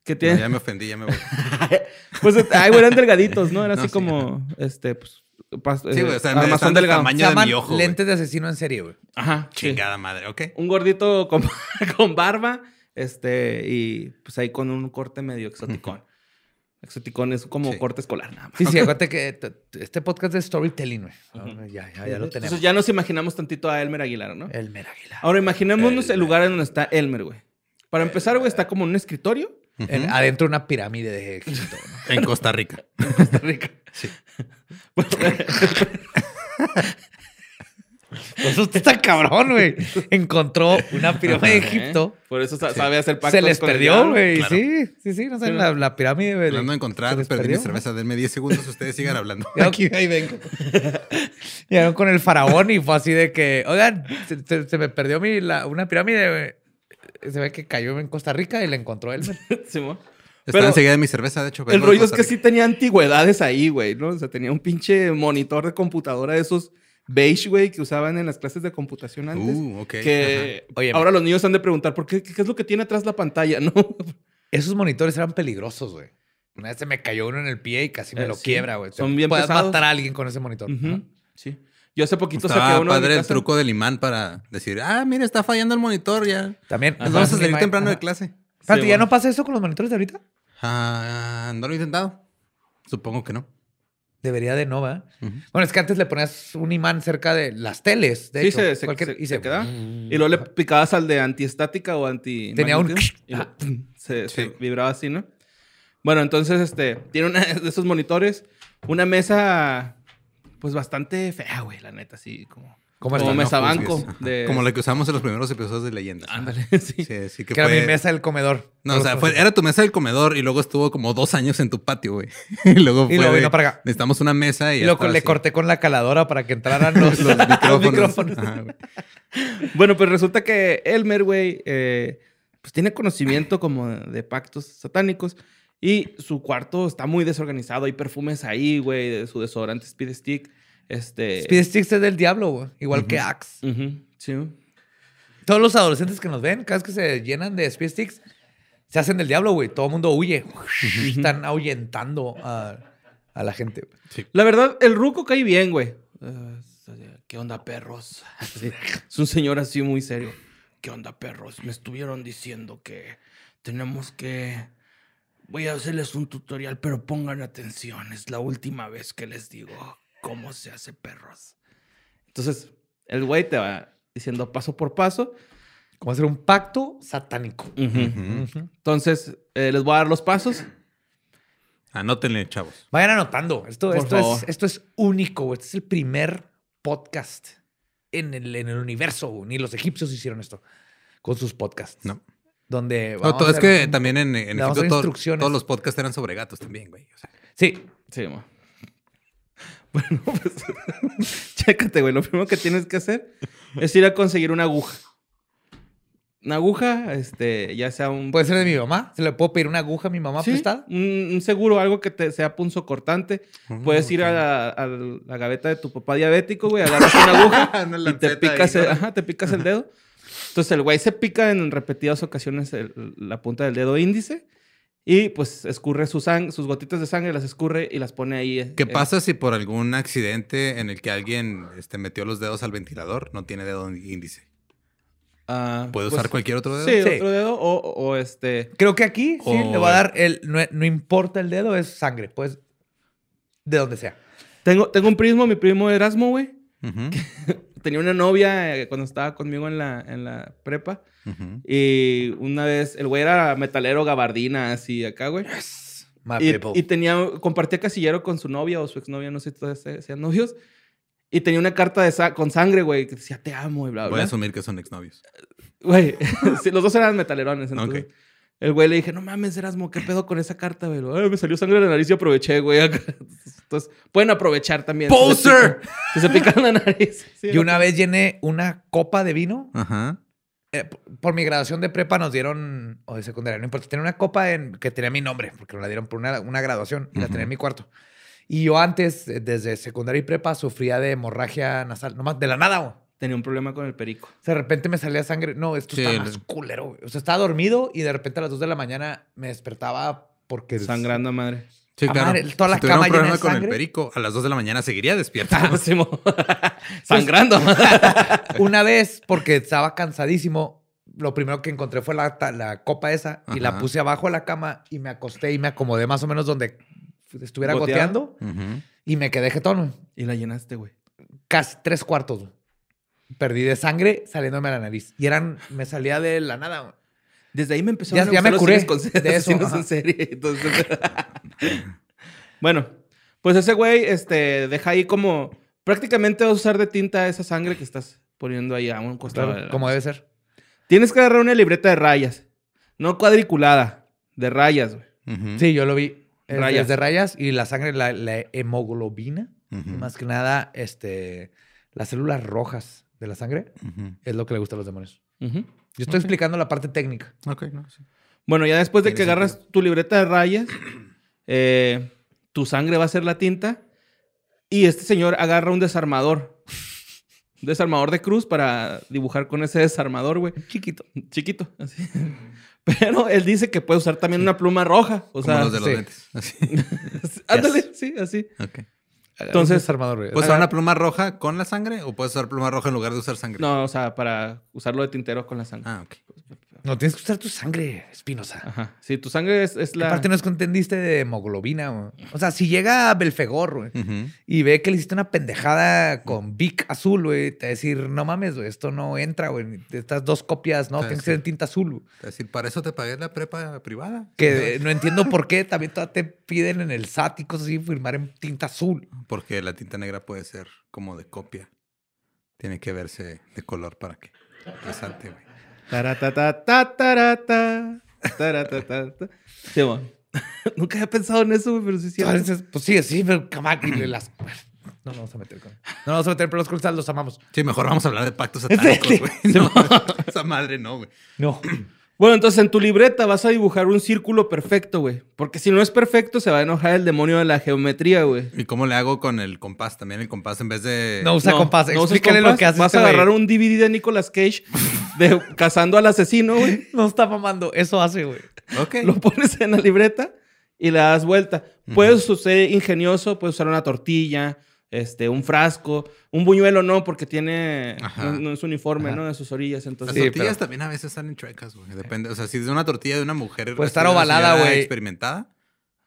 [SPEAKER 2] Que
[SPEAKER 3] No,
[SPEAKER 2] tiene.
[SPEAKER 3] ya me ofendí, ya me voy.
[SPEAKER 2] Pues, ay, güey, eran delgaditos, ¿no? Era
[SPEAKER 3] No,
[SPEAKER 2] así
[SPEAKER 3] sí,
[SPEAKER 2] como, este, pues, pas-
[SPEAKER 3] Sí, güey,
[SPEAKER 2] eh,
[SPEAKER 3] o sea,
[SPEAKER 2] armazón
[SPEAKER 3] están del
[SPEAKER 2] delgado.
[SPEAKER 1] Se
[SPEAKER 3] tamaño de
[SPEAKER 1] llaman
[SPEAKER 3] mi ojo. güey.
[SPEAKER 1] lentes de asesino en serie, güey.
[SPEAKER 2] Ajá, sí.
[SPEAKER 3] Chingada madre, ¿ok?
[SPEAKER 2] Un gordito con, con barba, este, y pues ahí con un corte medio exoticón. Exoticón es como
[SPEAKER 3] Sí.
[SPEAKER 2] corte escolar, nada más.
[SPEAKER 1] Sí, sí, acuérdate que t- t- este podcast es storytelling, güey.
[SPEAKER 2] Ujú.
[SPEAKER 1] Ya, ya, ya lo tenemos.
[SPEAKER 2] Entonces ya nos imaginamos tantito a Elmer Aguilar, ¿no?
[SPEAKER 1] El Mer Aguilar.
[SPEAKER 2] Ahora imaginémonos el,
[SPEAKER 3] Elmer.
[SPEAKER 2] lugar en donde está Elmer, güey. Para empezar, güey, está como en un escritorio.
[SPEAKER 3] Ujú.
[SPEAKER 1] En- adentro de una pirámide de éxito. ¿no?
[SPEAKER 3] En Costa Rica.
[SPEAKER 2] Costa Rica.
[SPEAKER 1] Eso Pues está cabrón, güey. Encontró una pirámide de
[SPEAKER 2] Ajá,
[SPEAKER 1] Egipto.
[SPEAKER 2] ¿eh? Por eso sa- sabe hacer pactos
[SPEAKER 1] Se les
[SPEAKER 2] con el
[SPEAKER 1] perdió,
[SPEAKER 2] diablo.
[SPEAKER 1] güey.
[SPEAKER 3] Claro.
[SPEAKER 1] Sí, sí, sí. No sé,
[SPEAKER 2] Sí,
[SPEAKER 1] la, la pirámide de.
[SPEAKER 3] Hablando de encontrar,
[SPEAKER 1] se les
[SPEAKER 3] perdí mi
[SPEAKER 1] perdió.
[SPEAKER 3] cerveza. Denme 10 segundos, ustedes sigan hablando.
[SPEAKER 1] Aquí, ahí vengo. Llegaron con el faraón y fue así de que, oigan, se, se- se me perdió mi, la- una pirámide, güey. Se ve que cayó en Costa Rica y la encontró él.
[SPEAKER 2] Simón.
[SPEAKER 3] Está
[SPEAKER 2] Pero-
[SPEAKER 3] enseguida de mi cerveza, de hecho.
[SPEAKER 2] El
[SPEAKER 3] vengo de
[SPEAKER 2] rollo es
[SPEAKER 3] Costa
[SPEAKER 2] que
[SPEAKER 3] Rica.
[SPEAKER 2] sí tenía antigüedades ahí, güey, ¿no? O sea, tenía un pinche monitor de computadora de esos beige, güey, que usaban en las clases de computación antes.
[SPEAKER 3] Uh, ok.
[SPEAKER 2] que
[SPEAKER 1] ajá. Oye,
[SPEAKER 2] ahora los niños han de preguntar, ¿por qué, qué es lo que tiene atrás la pantalla, no?
[SPEAKER 1] Esos monitores eran peligrosos, güey. Una vez se me cayó uno en el pie y casi me
[SPEAKER 2] Eh,
[SPEAKER 1] lo
[SPEAKER 2] sí.
[SPEAKER 1] quiebra, güey.
[SPEAKER 2] Son
[SPEAKER 1] Te
[SPEAKER 2] bien
[SPEAKER 1] Puedes
[SPEAKER 2] pesados.
[SPEAKER 1] matar a alguien con ese monitor. Ajá.
[SPEAKER 2] Ujú, Sí. Yo hace poquito saqué
[SPEAKER 3] Pues Estaba
[SPEAKER 2] uno de mi
[SPEAKER 3] padre el
[SPEAKER 2] casa.
[SPEAKER 3] truco del imán para decir, ah, mira, está fallando el monitor ya.
[SPEAKER 1] También.
[SPEAKER 3] Nos vamos a salir
[SPEAKER 1] Ajá.
[SPEAKER 3] temprano de
[SPEAKER 1] Ajá.
[SPEAKER 3] clase.
[SPEAKER 1] Espérate,
[SPEAKER 2] Sí,
[SPEAKER 1] ¿ya
[SPEAKER 2] bueno.
[SPEAKER 1] no pasa eso con los monitores de ahorita?
[SPEAKER 3] Ah, no lo he intentado. Supongo que no.
[SPEAKER 1] Debería de no, ¿verdad?
[SPEAKER 3] Ujú.
[SPEAKER 1] Bueno, es que antes le ponías un imán cerca de las teles, de
[SPEAKER 2] Sí,
[SPEAKER 1] hecho.
[SPEAKER 2] se, se-
[SPEAKER 1] cualquier- Mm.
[SPEAKER 2] se- se quedaba. Y luego le picabas al de antiestática o anti.
[SPEAKER 1] Tenía un-
[SPEAKER 2] magnetismo, y lo-
[SPEAKER 1] Ah.
[SPEAKER 2] se, se
[SPEAKER 3] Sí.
[SPEAKER 2] vibraba así, ¿no? Bueno, entonces, este. Tiene una de esos monitores. Una mesa. Pues bastante fea, güey, la neta, así como.
[SPEAKER 1] ¿Cómo
[SPEAKER 2] Como
[SPEAKER 1] está?
[SPEAKER 2] mesa
[SPEAKER 3] juzgues.
[SPEAKER 2] banco
[SPEAKER 3] pues, Ajá.
[SPEAKER 2] de-
[SPEAKER 3] Como la que usamos en los primeros episodios de Leyenda.
[SPEAKER 2] Ándale, sí.
[SPEAKER 3] Sí, sí, que,
[SPEAKER 1] Que era
[SPEAKER 3] fue-
[SPEAKER 1] mi mesa del comedor. pues,
[SPEAKER 3] No, o sea, fue- era tu mesa del comedor y luego estuvo como dos años en tu patio, güey. Y luego
[SPEAKER 1] Y
[SPEAKER 3] fue
[SPEAKER 1] lo
[SPEAKER 3] de,
[SPEAKER 1] vino para acá.
[SPEAKER 3] Necesitamos una mesa
[SPEAKER 1] Y
[SPEAKER 3] y ya
[SPEAKER 1] lo,
[SPEAKER 3] estaba
[SPEAKER 1] le
[SPEAKER 3] así.
[SPEAKER 1] corté con la caladora para que entraran los,
[SPEAKER 3] los micrófonos. Ah, Ajá, güey.
[SPEAKER 2] Bueno, pues resulta que Elmer, güey, eh, pues tiene conocimiento como de pactos satánicos y su cuarto está muy desorganizado. Hay perfumes ahí, güey, de su desodorante Speed Stick. Este.
[SPEAKER 1] Speed Sticks es del diablo, güey. Igual que Axe.
[SPEAKER 2] Ujú, sí.
[SPEAKER 1] Todos los adolescentes que nos ven, cada vez que se llenan de Speed Sticks, se hacen del diablo, güey. Todo el mundo huye. Están ahuyentando a, a la gente.
[SPEAKER 2] La verdad, el ruco cae bien, güey. Eh, ¿Qué onda, perros? Sí. Es un señor así muy serio. ¿Qué onda, perros? Me estuvieron diciendo que tenemos que... Voy a hacerles un tutorial, pero pongan atención. Es la última vez que les digo cómo se hace perros. Entonces, el güey te va diciendo paso por paso.
[SPEAKER 1] Como hacer un pacto satánico.
[SPEAKER 3] Ujú.
[SPEAKER 1] Ujú.
[SPEAKER 2] Entonces, eh, les voy a dar los pasos.
[SPEAKER 3] Anótenle, chavos.
[SPEAKER 1] Vayan anotando. Esto,
[SPEAKER 2] Por
[SPEAKER 1] esto, es,
[SPEAKER 2] favor.
[SPEAKER 1] esto es único, güey. Este es el primer podcast en el, en el universo. güey. Ni los egipcios hicieron esto con sus podcasts.
[SPEAKER 3] No.
[SPEAKER 1] Donde.
[SPEAKER 3] No,
[SPEAKER 1] vamos
[SPEAKER 3] todo-
[SPEAKER 1] a
[SPEAKER 3] es
[SPEAKER 1] hacer
[SPEAKER 3] que
[SPEAKER 1] un-
[SPEAKER 3] también en, en
[SPEAKER 1] Ah, le vamos a
[SPEAKER 3] Egipto
[SPEAKER 1] dar
[SPEAKER 3] todo-
[SPEAKER 1] instrucciones.
[SPEAKER 3] todos los podcasts eran sobre gatos también, güey. O sea,
[SPEAKER 1] Sí,
[SPEAKER 2] Sí, ma. Bueno, pues. chécate, güey. Lo primero que tienes que hacer es ir a conseguir una aguja. Una aguja, este, ya sea un.
[SPEAKER 3] Pues,
[SPEAKER 1] Puede ser de mi mamá. Se le puedo pedir una aguja a mi mamá
[SPEAKER 2] Sí,
[SPEAKER 1] prestada.
[SPEAKER 2] Un, un seguro, algo que te sea punzo cortante.
[SPEAKER 3] Ah,
[SPEAKER 2] Puedes ir a la, a la gaveta de tu papá diabético, güey, agarras una aguja
[SPEAKER 3] Una
[SPEAKER 2] y te
[SPEAKER 3] lanceta
[SPEAKER 2] picas,
[SPEAKER 3] ahí,
[SPEAKER 2] el,
[SPEAKER 3] ¿no?
[SPEAKER 2] ajá, te picas el dedo. Entonces el güey se pica en repetidas ocasiones el- la punta del dedo índice y pues escurre su sang- sus gotitas de sangre, las escurre y las pone ahí. eh,
[SPEAKER 3] ¿Qué
[SPEAKER 2] eh,
[SPEAKER 3] pasa si por algún accidente en el que alguien este, metió los dedos al ventilador no tiene dedo índice?
[SPEAKER 2] Ah,
[SPEAKER 3] ¿Puede
[SPEAKER 2] pues,
[SPEAKER 3] usar cualquier otro dedo?
[SPEAKER 2] Sí,
[SPEAKER 1] Sí.
[SPEAKER 2] otro dedo o, o este.
[SPEAKER 1] Creo que aquí sí
[SPEAKER 3] O-
[SPEAKER 1] le va a dar el. No, no importa el dedo, es sangre. Pues de donde sea.
[SPEAKER 2] Tengo, tengo un primo, mi primo Erasmo, güey.
[SPEAKER 3] Ujú,
[SPEAKER 2] Tenía una novia eh, cuando estaba conmigo en la, en la prepa.
[SPEAKER 3] ujú.
[SPEAKER 2] Y una vez, el güey era metalero gabardina, así acá, güey.
[SPEAKER 3] Ah,
[SPEAKER 1] My
[SPEAKER 2] Y,
[SPEAKER 1] people.
[SPEAKER 2] y tenía, compartía casillero con su novia o su exnovia, no sé si todavía se- sean novios. Y tenía una carta de sa- con sangre, güey, que decía te amo y bla,
[SPEAKER 3] Voy a
[SPEAKER 2] bla.
[SPEAKER 3] asumir que son exnovios.
[SPEAKER 2] Güey, sí, los dos eran metalerones, entonces.
[SPEAKER 3] Ok.
[SPEAKER 2] El güey le dije, no mames, Erasmo, ¿qué pedo con esa carta, güey? Lo, "Ay, me salió sangre en la nariz y aproveché, güey. acá. Entonces, pueden aprovechar también. si se
[SPEAKER 3] ¡Poser!
[SPEAKER 2] pican- Si se pican la nariz. Sí,
[SPEAKER 1] Y una vez llené una copa de vino.
[SPEAKER 3] Ajá.
[SPEAKER 1] Eh, p- por mi graduación de prepa nos dieron, o de secundaria, no importa, tenía una copa en, que tenía mi nombre, porque nos la dieron por una, una graduación, y la
[SPEAKER 3] Ujú.
[SPEAKER 1] tenía en mi cuarto. Y yo antes, eh, desde secundaria y prepa, sufría de hemorragia nasal, nomás de la nada, güey.
[SPEAKER 2] Tenía un problema con el perico.
[SPEAKER 1] O sea, de repente me salía sangre. No, esto
[SPEAKER 3] Sí,
[SPEAKER 1] está
[SPEAKER 3] el-
[SPEAKER 1] más culero, güey. O sea, estaba dormido y de repente a las 2 de la mañana me despertaba porque...
[SPEAKER 2] Sangrando a madre.
[SPEAKER 3] Sí,
[SPEAKER 1] Ah,
[SPEAKER 3] claro.
[SPEAKER 1] madre, toda la
[SPEAKER 3] si tuviera
[SPEAKER 1] cama
[SPEAKER 3] un problema
[SPEAKER 1] llena de
[SPEAKER 3] con el
[SPEAKER 1] sangre.
[SPEAKER 3] perico, a las 2 de la mañana seguiría despierta.
[SPEAKER 2] Ah, Simón. Sangrando a madre.
[SPEAKER 1] Una vez, porque estaba cansadísimo, lo primero que encontré fue la, ta- la copa esa y la
[SPEAKER 3] Ajá.
[SPEAKER 1] puse abajo de la cama y me acosté y me acomodé más o menos donde estuviera
[SPEAKER 2] ¿Goteaba?
[SPEAKER 1] goteando
[SPEAKER 3] Ujú.
[SPEAKER 1] y me quedé jetón. güey.
[SPEAKER 2] Y la llenaste, güey.
[SPEAKER 1] Casi tres cuartos. güey. Perdí de sangre saliéndome a la nariz. Y eran, me salía de la nada. güey.
[SPEAKER 2] Desde ahí me empezó
[SPEAKER 1] Ya-
[SPEAKER 2] a
[SPEAKER 1] ya me curé de eso,
[SPEAKER 2] asesinos
[SPEAKER 1] ajá.
[SPEAKER 2] en serie. Entonces, bueno, pues ese güey este, deja ahí como... Prácticamente va a usar de tinta esa sangre que estás poniendo ahí a un costado.
[SPEAKER 1] Claro,
[SPEAKER 2] de la-
[SPEAKER 1] como debe ser.
[SPEAKER 2] Tienes que agarrar una libreta de rayas. No cuadriculada. De rayas, güey.
[SPEAKER 3] Ujú.
[SPEAKER 1] Sí, yo lo vi. Es-
[SPEAKER 2] Rayas.
[SPEAKER 1] es de rayas y la sangre, la, la hemoglobina,
[SPEAKER 3] Ujú.
[SPEAKER 1] más que nada, este, las células rojas de la sangre
[SPEAKER 3] Ujú.
[SPEAKER 1] es lo que le gusta a los demonios.
[SPEAKER 2] Ujú.
[SPEAKER 1] Yo estoy explicando la parte técnica.
[SPEAKER 3] Ok, no, sí.
[SPEAKER 2] Bueno, ya después de
[SPEAKER 3] Tiene
[SPEAKER 2] que agarras tu libreta de rayas, eh, tu sangre va a ser la tinta. Y este señor agarra un desarmador. Un desarmador de cruz para dibujar con ese desarmador, güey. Chiquito. Chiquito, así. Pero él dice que puede usar también una pluma roja. O
[SPEAKER 3] Como
[SPEAKER 2] sea,
[SPEAKER 3] los de los
[SPEAKER 1] sí.
[SPEAKER 3] lentes. Así.
[SPEAKER 2] ándale, sí, así.
[SPEAKER 3] Ok.
[SPEAKER 2] Entonces,
[SPEAKER 1] armador, güey.
[SPEAKER 3] ¿Puedes usar una pluma roja con la sangre o puedes usar pluma roja en lugar de usar sangre?
[SPEAKER 2] No, o sea, para usarlo de tintero con la sangre.
[SPEAKER 3] Ah, ok.
[SPEAKER 1] no tienes que usar tu sangre, Espinosa.
[SPEAKER 2] Ajá. Sí, tu sangre es, es la.
[SPEAKER 1] Aparte, no es que entendiste de hemoglobina. güey. O sea, si llega Belfegor güey,
[SPEAKER 3] Ujú.
[SPEAKER 1] y ve que le hiciste una pendejada con Vic azul, güey, te va a decir, no mames, güey, esto no entra, güey. Estas dos copias, no,
[SPEAKER 3] Ah,
[SPEAKER 1] tienen que
[SPEAKER 3] sí.
[SPEAKER 1] ser en tinta azul. güey".
[SPEAKER 3] Es decir, para eso te pagué la prepa privada.
[SPEAKER 1] Que eh, no entiendo por qué también todavía te piden en el SAT y cosas así firmar en tinta azul.
[SPEAKER 3] Porque la tinta negra puede ser como de copia. Tiene que verse de color para que resalte, güey.
[SPEAKER 2] Taratatata, tarata, taratatata. Sí, mo. Nunca había pensado en eso, güey, pero sí es cierto.
[SPEAKER 1] Entonces, pues sí, sí, pero camar- y le las. No nos vamos a meter con. No nos vamos a meter, pero los cruzales los amamos.
[SPEAKER 3] Sí, mejor vamos a hablar de pactos satánicos, güey. No, esa madre no, güey.
[SPEAKER 1] No.
[SPEAKER 2] Bueno, entonces en tu libreta vas a dibujar un círculo perfecto, güey. Porque si no es perfecto, se va a enojar el demonio de la geometría, güey.
[SPEAKER 3] ¿Y cómo le hago con el compás? También el compás en vez de...
[SPEAKER 1] No usa compás.
[SPEAKER 2] usas
[SPEAKER 1] Explícale lo
[SPEAKER 2] compás.
[SPEAKER 1] que hace.
[SPEAKER 2] Vas
[SPEAKER 1] este
[SPEAKER 2] a
[SPEAKER 1] güey.
[SPEAKER 2] agarrar un DVD de Nicolas Cage de cazando al asesino, güey.
[SPEAKER 1] No está mamando. Eso hace, güey.
[SPEAKER 3] Ok.
[SPEAKER 2] Lo pones en la libreta y le das vuelta. Puedes ser ingenioso, puedes usar una tortilla, este, un frasco, un buñuelo no, porque tiene
[SPEAKER 3] Ajá.
[SPEAKER 2] no, no es uniforme,
[SPEAKER 1] Ajá.
[SPEAKER 2] ¿no? De sus orillas, entonces.
[SPEAKER 3] Las
[SPEAKER 1] Sí,
[SPEAKER 3] tortillas
[SPEAKER 1] pero-
[SPEAKER 3] también a veces están en chuecas, güey. Depende. O sea, si es una tortilla de una mujer...
[SPEAKER 1] Puede estar
[SPEAKER 3] así, una
[SPEAKER 1] ovalada,
[SPEAKER 3] señora
[SPEAKER 1] güey.
[SPEAKER 3] Experimentada.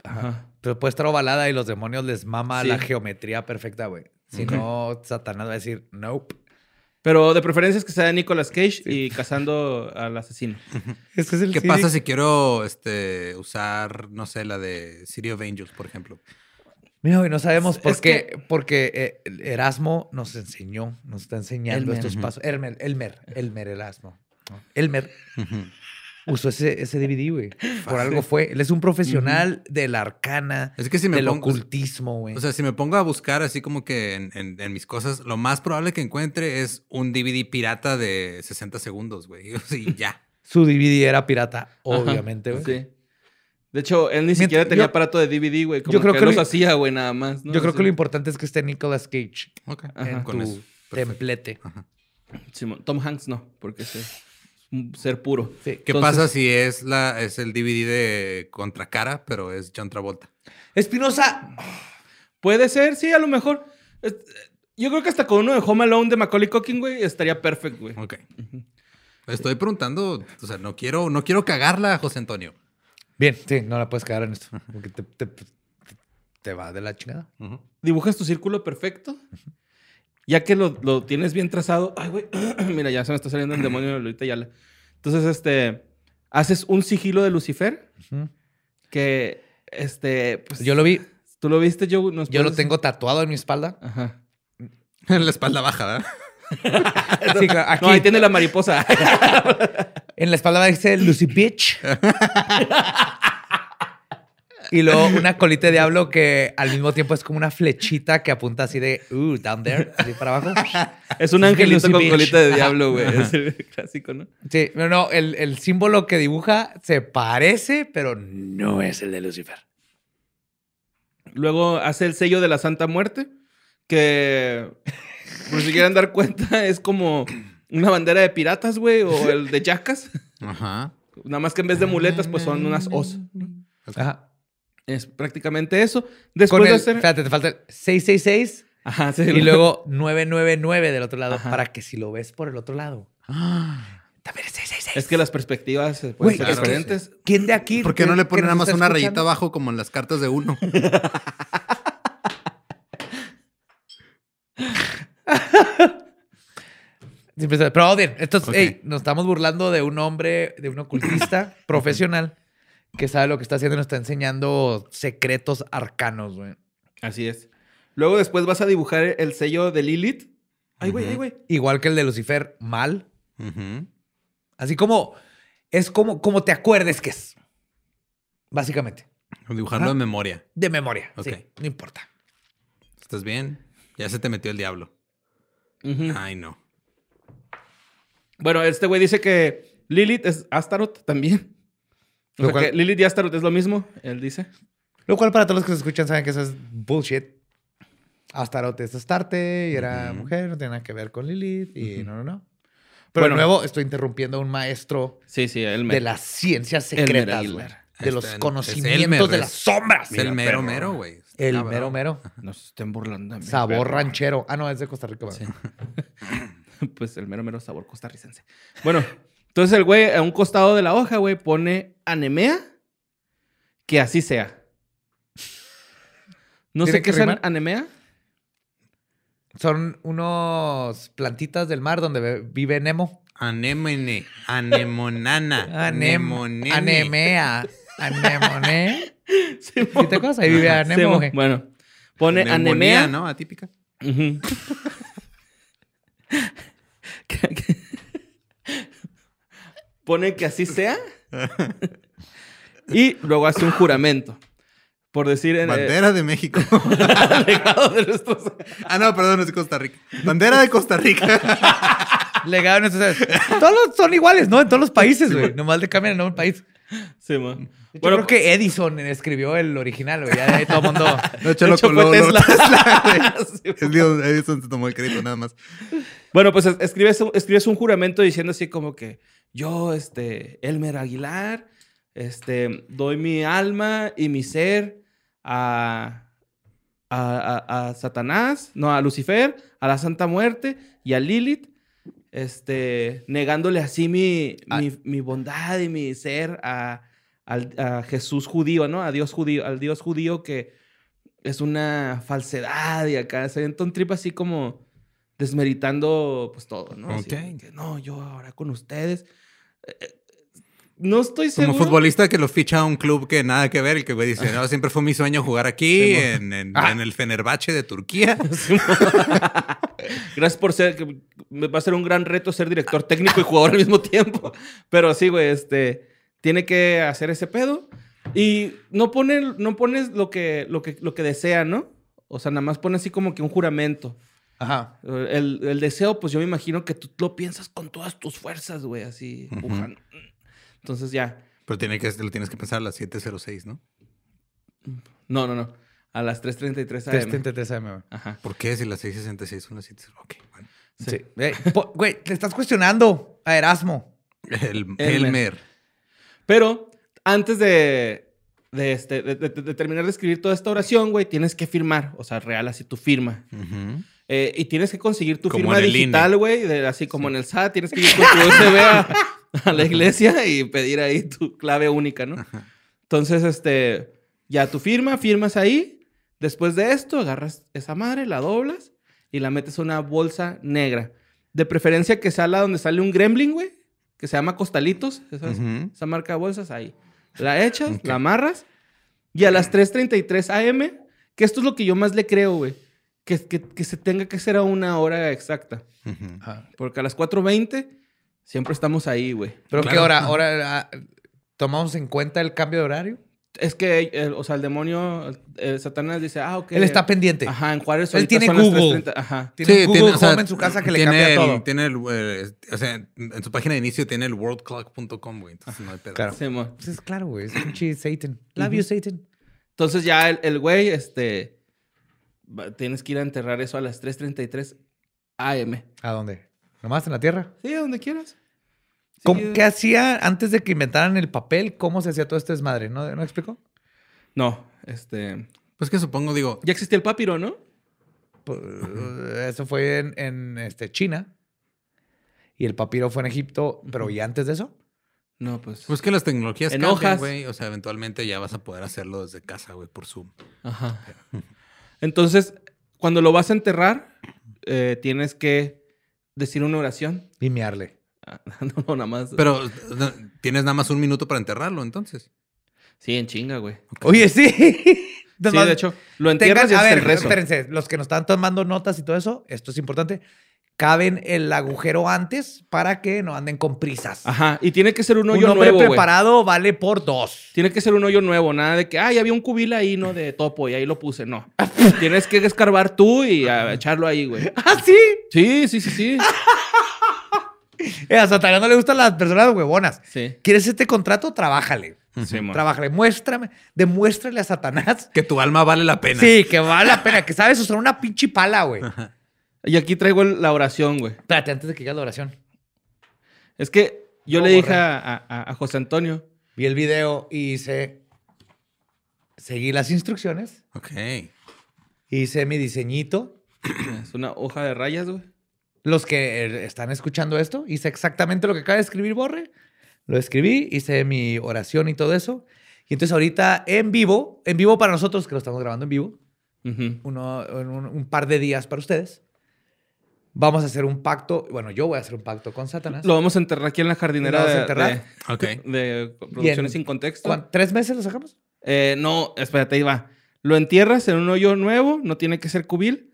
[SPEAKER 2] Ajá.
[SPEAKER 1] Pero puede estar ovalada y los demonios les mama
[SPEAKER 2] Sí.
[SPEAKER 1] la geometría perfecta, güey. Si no, Satanás va a decir, nope.
[SPEAKER 2] Pero de preferencia es que sea Nicolas Cage y cazando al asesino.
[SPEAKER 1] Es que es el
[SPEAKER 3] ¿Qué pasa si quiero este, usar, no sé, la de City of Angels, por ejemplo?
[SPEAKER 1] Mira, güey, no sabemos por
[SPEAKER 2] Es
[SPEAKER 1] qué. Porque eh, el Erasmo nos enseñó, nos está enseñando
[SPEAKER 2] Elmer.
[SPEAKER 1] estos
[SPEAKER 3] Ujú.
[SPEAKER 1] pasos. Elmer, Elmer, Elmer Erasmo. Elmer usó ese, ese DVD, güey. Por algo fue. Él es un profesional de la arcana,
[SPEAKER 3] Es que si me
[SPEAKER 1] del eh.
[SPEAKER 3] pongo-
[SPEAKER 1] ocultismo, güey.
[SPEAKER 3] O sea, si me pongo a buscar así como que en, en- en mis cosas, lo más probable que encuentre es un DVD pirata de 60 segundos, güey. O sea, y ya.
[SPEAKER 1] Su DVD era pirata, obviamente,
[SPEAKER 2] Ajá.
[SPEAKER 1] güey.
[SPEAKER 2] Sí. De hecho, él ni
[SPEAKER 1] Mientras-
[SPEAKER 2] siquiera tenía
[SPEAKER 1] yo-
[SPEAKER 2] aparato de DVD, güey. Como
[SPEAKER 1] yo creo
[SPEAKER 2] que,
[SPEAKER 1] que
[SPEAKER 2] los
[SPEAKER 1] lo-
[SPEAKER 2] hacía, güey, nada más. ¿no?
[SPEAKER 1] Yo creo
[SPEAKER 2] Así.
[SPEAKER 1] que lo importante es que esté Nicolas Cage
[SPEAKER 3] Ok.
[SPEAKER 2] Ajá.
[SPEAKER 1] en
[SPEAKER 3] eh, Con
[SPEAKER 1] tu
[SPEAKER 3] eso. Perfecto.
[SPEAKER 1] templete.
[SPEAKER 3] Ajá.
[SPEAKER 2] Simón, Tom Hanks no, porque es un ser puro.
[SPEAKER 1] Sí.
[SPEAKER 3] ¿Qué
[SPEAKER 2] Entonces-
[SPEAKER 3] pasa si es, la, es el DVD de Contracara, pero es John Travolta?
[SPEAKER 1] Espinosa,
[SPEAKER 2] Puede ser, sí, a lo mejor. Es- Yo creo que hasta con uno de Home Alone de Macaulay Culkin, güey, estaría perfecto, güey.
[SPEAKER 3] Ok. Estoy preguntando, o sea, no quiero, no quiero cagarla, José Antonio.
[SPEAKER 1] Bien, sí, no la puedes quedar en esto. Porque te, te- te- te va de la chingada.
[SPEAKER 2] dibujas tu círculo perfecto. Ya que lo, lo tienes bien trazado. Ay, güey. Mira, ya se me está saliendo el demonio de Lolita Yala. Entonces, este. Haces un sigilo de Lucifer.
[SPEAKER 1] Ujú.
[SPEAKER 2] Que. Este. Pues,
[SPEAKER 1] Yo lo vi,
[SPEAKER 2] Tú lo viste, yo. ¿Nos
[SPEAKER 1] yo lo
[SPEAKER 2] puedes-
[SPEAKER 1] tengo tatuado en mi espalda.
[SPEAKER 2] Ajá.
[SPEAKER 3] En la espalda baja, ¿verdad?
[SPEAKER 1] Sí, claro, aquí.
[SPEAKER 2] No, ahí tiene la mariposa.
[SPEAKER 1] En la espalda dice Lucy Bitch. y luego una colita de diablo que al mismo tiempo es como una flechita que apunta así de, uh, down there, así para abajo.
[SPEAKER 2] Es un
[SPEAKER 1] Es
[SPEAKER 2] angelito
[SPEAKER 1] Lucy
[SPEAKER 2] con
[SPEAKER 1] Bitch.
[SPEAKER 2] colita de diablo, güey. Es el clásico, ¿no?
[SPEAKER 1] Sí, no, no, el, el símbolo que dibuja se parece, pero no es el de Lucifer.
[SPEAKER 2] Luego hace el sello de la Santa Muerte, que por si quieren dar cuenta, es como una bandera de piratas, güey, o el de yacas.
[SPEAKER 3] Ajá.
[SPEAKER 2] Nada más que en vez de muletas, pues son unas os.
[SPEAKER 1] Ajá.
[SPEAKER 2] Es prácticamente eso. Después
[SPEAKER 1] Con el,
[SPEAKER 2] de hacer.
[SPEAKER 1] Espérate, te falta el 666
[SPEAKER 2] Ajá, sí.
[SPEAKER 1] y luego 999 del otro lado,
[SPEAKER 2] Ajá.
[SPEAKER 1] para que si lo ves por el otro lado, también es 666.
[SPEAKER 2] Es que las perspectivas eh,
[SPEAKER 1] Güey,
[SPEAKER 2] pueden ser
[SPEAKER 3] claro.
[SPEAKER 2] diferentes.
[SPEAKER 1] ¿Quién de aquí?
[SPEAKER 3] ¿Por qué no
[SPEAKER 1] que-
[SPEAKER 3] le
[SPEAKER 1] que
[SPEAKER 3] ponen nada
[SPEAKER 1] nos
[SPEAKER 3] más
[SPEAKER 1] está
[SPEAKER 3] una
[SPEAKER 1] escuchando?
[SPEAKER 3] rayita abajo como en las cartas de uno?
[SPEAKER 1] Sí, pues, Pero odien. Entonces,
[SPEAKER 3] Ok.
[SPEAKER 1] ey, nos estamos burlando de un hombre, de un ocultista profesional que sabe lo que está haciendo y nos está enseñando secretos arcanos, güey.
[SPEAKER 2] Así es. Luego después vas a dibujar el sello de Lilith. Ay, güey,
[SPEAKER 3] Ujú.
[SPEAKER 2] ay, güey.
[SPEAKER 1] Igual que el de Lucifer, mal.
[SPEAKER 3] Ujú.
[SPEAKER 1] Así como es como, como te acuerdes que es. Básicamente.
[SPEAKER 3] Dibujarlo
[SPEAKER 1] Ajá.
[SPEAKER 3] de memoria.
[SPEAKER 1] De memoria.
[SPEAKER 3] Ok.
[SPEAKER 1] Sí, no importa.
[SPEAKER 3] ¿Estás bien? Ya se te metió el diablo.
[SPEAKER 2] Ujú.
[SPEAKER 3] Ay, no.
[SPEAKER 2] Bueno, este güey dice que Lilith es Astaroth también. O
[SPEAKER 1] Lo
[SPEAKER 2] sea
[SPEAKER 1] cual-
[SPEAKER 2] que Lilith y Astaroth es lo mismo, él dice.
[SPEAKER 1] Lo cual, para todos los que se escuchan, saben que eso es bullshit. Astaroth es Astarte y era
[SPEAKER 3] Ujú.
[SPEAKER 1] mujer, no tiene nada que ver con Lilith y no, no, no. Pero
[SPEAKER 2] Bueno.
[SPEAKER 1] de nuevo, estoy interrumpiendo a un maestro
[SPEAKER 2] Sí, sí, él me...
[SPEAKER 1] de las ciencias
[SPEAKER 2] Elmer
[SPEAKER 1] secretas,
[SPEAKER 2] Aguilar.
[SPEAKER 1] güey.
[SPEAKER 3] Ahí
[SPEAKER 1] De los
[SPEAKER 3] está, es Elmer,
[SPEAKER 1] conocimientos de
[SPEAKER 3] es-
[SPEAKER 1] las sombras.
[SPEAKER 3] Es el
[SPEAKER 1] Mira,
[SPEAKER 3] mero
[SPEAKER 1] perro.
[SPEAKER 3] mero, güey.
[SPEAKER 1] El
[SPEAKER 3] Cabrón.
[SPEAKER 1] mero mero.
[SPEAKER 2] Nos estén burlando. de mí,
[SPEAKER 1] Sabor
[SPEAKER 2] pero-
[SPEAKER 1] ranchero. Ah, no, es de Costa Rica. ¿verdad?
[SPEAKER 2] Pues el mero, mero sabor costarricense. Bueno, entonces el güey a un costado de la hoja, güey, pone anemea. Que así sea. No sé
[SPEAKER 1] ¿Tiene
[SPEAKER 2] qué
[SPEAKER 1] que
[SPEAKER 2] es an-
[SPEAKER 1] rimar?
[SPEAKER 2] anemea.
[SPEAKER 1] Son unos plantitas del mar donde ve- vive Nemo.
[SPEAKER 3] Anémone. Anemonana.
[SPEAKER 1] Anem,
[SPEAKER 3] Anemonene.
[SPEAKER 1] anemea. Anemone. ¿Sí
[SPEAKER 2] Simón.
[SPEAKER 1] te acuerdas? Ahí vive
[SPEAKER 2] Ajá,
[SPEAKER 1] Anemo,
[SPEAKER 2] Simón.
[SPEAKER 1] güey.
[SPEAKER 2] Bueno, pone
[SPEAKER 3] Neumonía,
[SPEAKER 2] anemea.
[SPEAKER 3] ¿no? Atípica.
[SPEAKER 2] Ujú. Que- que- Pone que así sea. y luego hace un juramento. Por decir en
[SPEAKER 3] Bandera de México.
[SPEAKER 2] el legado de nuestros.
[SPEAKER 3] ah, no, perdón, es de Costa Rica. Bandera de Costa Rica.
[SPEAKER 1] Legado en estos- Todos los- son iguales, ¿no? En todos los países, güey. Nomás le cambian el nombre al país.
[SPEAKER 2] Sí, man.
[SPEAKER 1] Yo
[SPEAKER 2] Bueno,
[SPEAKER 1] creo que Edison escribió el original, güey. Ya de ahí todo el mundo.
[SPEAKER 3] No,
[SPEAKER 2] de
[SPEAKER 3] chelo,
[SPEAKER 2] hecho, fue
[SPEAKER 3] lo- lo-
[SPEAKER 2] Tesla. Sí,
[SPEAKER 3] Es Dios, Edison se tomó el crédito nada más.
[SPEAKER 2] Bueno, pues es- escribes, un- escribes un juramento diciendo así como que yo, este, Elmer Aguilar, este, doy mi alma y mi ser a, a, a- a Satanás, no, a Lucifer, a la Santa Muerte y a Lilith, este, negándole así mi,
[SPEAKER 1] Ah.
[SPEAKER 2] mi, mi bondad y mi ser a, al- a Jesús judío, ¿no? A Dios judío, al Dios judío que es una falsedad y acá se avienta un trip así como desmeritando pues todo, ¿no? Así
[SPEAKER 3] Ok.
[SPEAKER 2] que, no, yo ahora con ustedes. Eh, eh, No estoy seguro.
[SPEAKER 3] Como futbolista que lo ficha a un club que nada que ver, el que güey dice, no, siempre fue mi sueño jugar
[SPEAKER 2] Sí,
[SPEAKER 3] aquí,
[SPEAKER 2] mo-
[SPEAKER 3] en, en-
[SPEAKER 1] Ah.
[SPEAKER 3] en el Fenerbahce de Turquía.
[SPEAKER 2] Gracias por ser. que me Va a ser un gran reto ser director técnico y jugador al mismo tiempo. Pero sí, güey, este. Tiene que hacer ese pedo. Y no pone, no pones lo que, lo que, lo que desea, ¿no? O sea, nada más pone así como que un juramento.
[SPEAKER 1] Ajá.
[SPEAKER 2] El, el deseo, pues yo me imagino que tú lo piensas con todas tus fuerzas, güey, así.
[SPEAKER 3] Ujú.
[SPEAKER 2] pujando. Entonces ya.
[SPEAKER 3] Pero tiene que, lo tienes que pensar a las 7.06, ¿no?
[SPEAKER 2] No, no, no. A las 3.33 AM.
[SPEAKER 1] 333 AM, güey.
[SPEAKER 2] Ajá.
[SPEAKER 3] ¿Por qué si las 6.66 son las 7.06? Ok, bueno.
[SPEAKER 2] Sí.
[SPEAKER 1] Sí. Ey, po- Güey, te estás cuestionando a Erasmo.
[SPEAKER 3] El
[SPEAKER 2] Elmer.
[SPEAKER 3] Elmer.
[SPEAKER 2] Pero antes de, de, este, de, de- de terminar de escribir toda esta oración, güey, tienes que firmar. O sea, real, así tu firma.
[SPEAKER 3] Ujú.
[SPEAKER 2] Eh, y tienes que conseguir tu
[SPEAKER 3] Como
[SPEAKER 2] firma
[SPEAKER 3] en el
[SPEAKER 2] digital,
[SPEAKER 3] INE.
[SPEAKER 2] güey, de- así como en el SAT. Tienes que ir con tu USB a, a la iglesia y pedir ahí tu clave única, ¿no? Entonces, este, ya tu firma, firmas ahí. Después de esto, agarras esa madre, la doblas y la metes a una bolsa negra. De preferencia que sea la donde sale un gremlin, güey, que se llama Costalitos. ¿sabes?
[SPEAKER 3] Ujú.
[SPEAKER 2] esa marca de bolsas ahí. La echas,
[SPEAKER 3] Ok.
[SPEAKER 2] la amarras y a las 3.33 AM, que esto es lo que yo más le creo, güey, que, que, que se tenga que ser a una hora exacta.
[SPEAKER 3] Ujú.
[SPEAKER 1] Ajá.
[SPEAKER 2] Porque a las 4.20 Siempre estamos ahí, güey.
[SPEAKER 1] Pero
[SPEAKER 3] Claro.
[SPEAKER 1] que ahora, ahora ah, tomamos en cuenta el cambio de horario.
[SPEAKER 2] Es que, el- o sea, el demonio, el- el Satanás dice, ah, ok.
[SPEAKER 1] Él está pendiente.
[SPEAKER 2] Ajá, en Juárez
[SPEAKER 1] Él
[SPEAKER 2] ahorita
[SPEAKER 1] tiene
[SPEAKER 2] son las
[SPEAKER 1] Google.
[SPEAKER 2] 3:30. Ajá.
[SPEAKER 1] Tiene un Google
[SPEAKER 3] o sea,
[SPEAKER 1] Home en su casa que le
[SPEAKER 3] tiene
[SPEAKER 1] cambia
[SPEAKER 3] el-
[SPEAKER 1] todo.
[SPEAKER 3] Tiene el, eh, o sea, en su página de inicio tiene el worldclock.com, güey. Entonces no hay pedo.
[SPEAKER 1] Claro.
[SPEAKER 2] Simón.
[SPEAKER 1] Pues es claro, güey. Es pinche Satan. Love you, Satan.
[SPEAKER 2] Entonces ya el, el güey, este, va- tienes que ir a enterrar eso a las 3.33 AM.
[SPEAKER 1] ¿A dónde? ¿Nomás en la tierra?
[SPEAKER 2] Sí, a donde quieras. Sí,
[SPEAKER 1] ¿Cómo-
[SPEAKER 2] eh,
[SPEAKER 1] ¿Qué hacía antes de que inventaran el papel? ¿Cómo se hacía todo este desmadre? ¿No, ¿no explicó?
[SPEAKER 2] No, este,
[SPEAKER 3] Pues que supongo, digo,
[SPEAKER 2] ya existía el papiro, ¿no?
[SPEAKER 1] Pues, eso fue en, en, este, China. Y el papiro fue en Egipto, pero ¿y antes de eso?
[SPEAKER 2] No, pues.
[SPEAKER 3] pues que las tecnologías
[SPEAKER 2] En
[SPEAKER 3] cambian,
[SPEAKER 2] hojas.
[SPEAKER 3] güey. O sea, eventualmente ya vas a poder hacerlo desde casa, güey, por Zoom.
[SPEAKER 2] Ajá. Entonces, cuando lo vas a enterrar, eh, tienes que decir una oración.
[SPEAKER 1] Vimearle.
[SPEAKER 2] Ah, No, no, nada más.
[SPEAKER 3] Pero no, tienes nada más un minuto para enterrarlo, entonces.
[SPEAKER 2] Sí, en chinga, güey.
[SPEAKER 1] Oye, sí.
[SPEAKER 2] Sí,
[SPEAKER 1] Nomás-
[SPEAKER 2] de hecho, lo
[SPEAKER 1] Tengan-
[SPEAKER 2] entierras y
[SPEAKER 1] a
[SPEAKER 2] haces
[SPEAKER 1] ver,
[SPEAKER 2] el rezo.
[SPEAKER 1] espérense, los que nos están tomando notas y todo eso, esto es importante. Caben el agujero antes para que no anden con prisas.
[SPEAKER 2] Ajá, y tiene que ser Ah, un
[SPEAKER 1] Un
[SPEAKER 2] hoyo
[SPEAKER 1] hombre
[SPEAKER 2] nuevo, güey.
[SPEAKER 1] preparado vale por dos.
[SPEAKER 2] Tiene que ser un hoyo nuevo, nada de que, ay, había un cubil ahí, ¿no? De topo y ahí lo puse, no. Tienes que escarbar tú y a, echarlo ahí, güey.
[SPEAKER 1] ¿Ah, sí?
[SPEAKER 2] Sí, sí, sí, sí.
[SPEAKER 1] Eh, a Satanás no le gustan las personas huevonas.
[SPEAKER 2] Sí.
[SPEAKER 1] ¿Quieres este contrato? Trabájale.
[SPEAKER 2] Sí, mon.
[SPEAKER 1] Trabájale. Muéstrame. Demuéstrale a Satanás.
[SPEAKER 3] Que tu alma vale la pena.
[SPEAKER 1] Sí, que vale la pena. Que sabes usar una pinche pala, güey.
[SPEAKER 2] Y aquí traigo el- la oración, güey.
[SPEAKER 1] Espérate, antes de que llegue la oración.
[SPEAKER 2] Es que yo
[SPEAKER 1] No,
[SPEAKER 2] le dije
[SPEAKER 1] borré.
[SPEAKER 2] a, a- a José Antonio,
[SPEAKER 1] Vi el video y hice... Seguí las instrucciones.
[SPEAKER 3] Ok.
[SPEAKER 1] Hice mi diseñito.
[SPEAKER 2] es una hoja de rayas, güey.
[SPEAKER 1] los que eh, están escuchando esto, hice exactamente lo que acaba de escribir Borre. Lo escribí, hice mi oración y todo eso. Y entonces ahorita en vivo, en vivo para nosotros, que lo estamos grabando en vivo,
[SPEAKER 2] Ujú.
[SPEAKER 1] uno, en un, un par de días para ustedes, vamos a hacer un pacto. Bueno, yo voy a hacer un pacto con Satanás.
[SPEAKER 2] Lo vamos a enterrar aquí en la jardinera
[SPEAKER 1] Lo vas a
[SPEAKER 2] de-
[SPEAKER 1] enterrar.
[SPEAKER 3] Ok.
[SPEAKER 2] de, de Producciones Sin Contexto.
[SPEAKER 1] ¿Cuán- ¿Tres meses lo sacamos?
[SPEAKER 2] Eh, no, espérate, ahí va. Lo entierras en un hoyo nuevo, no tiene que ser cubil,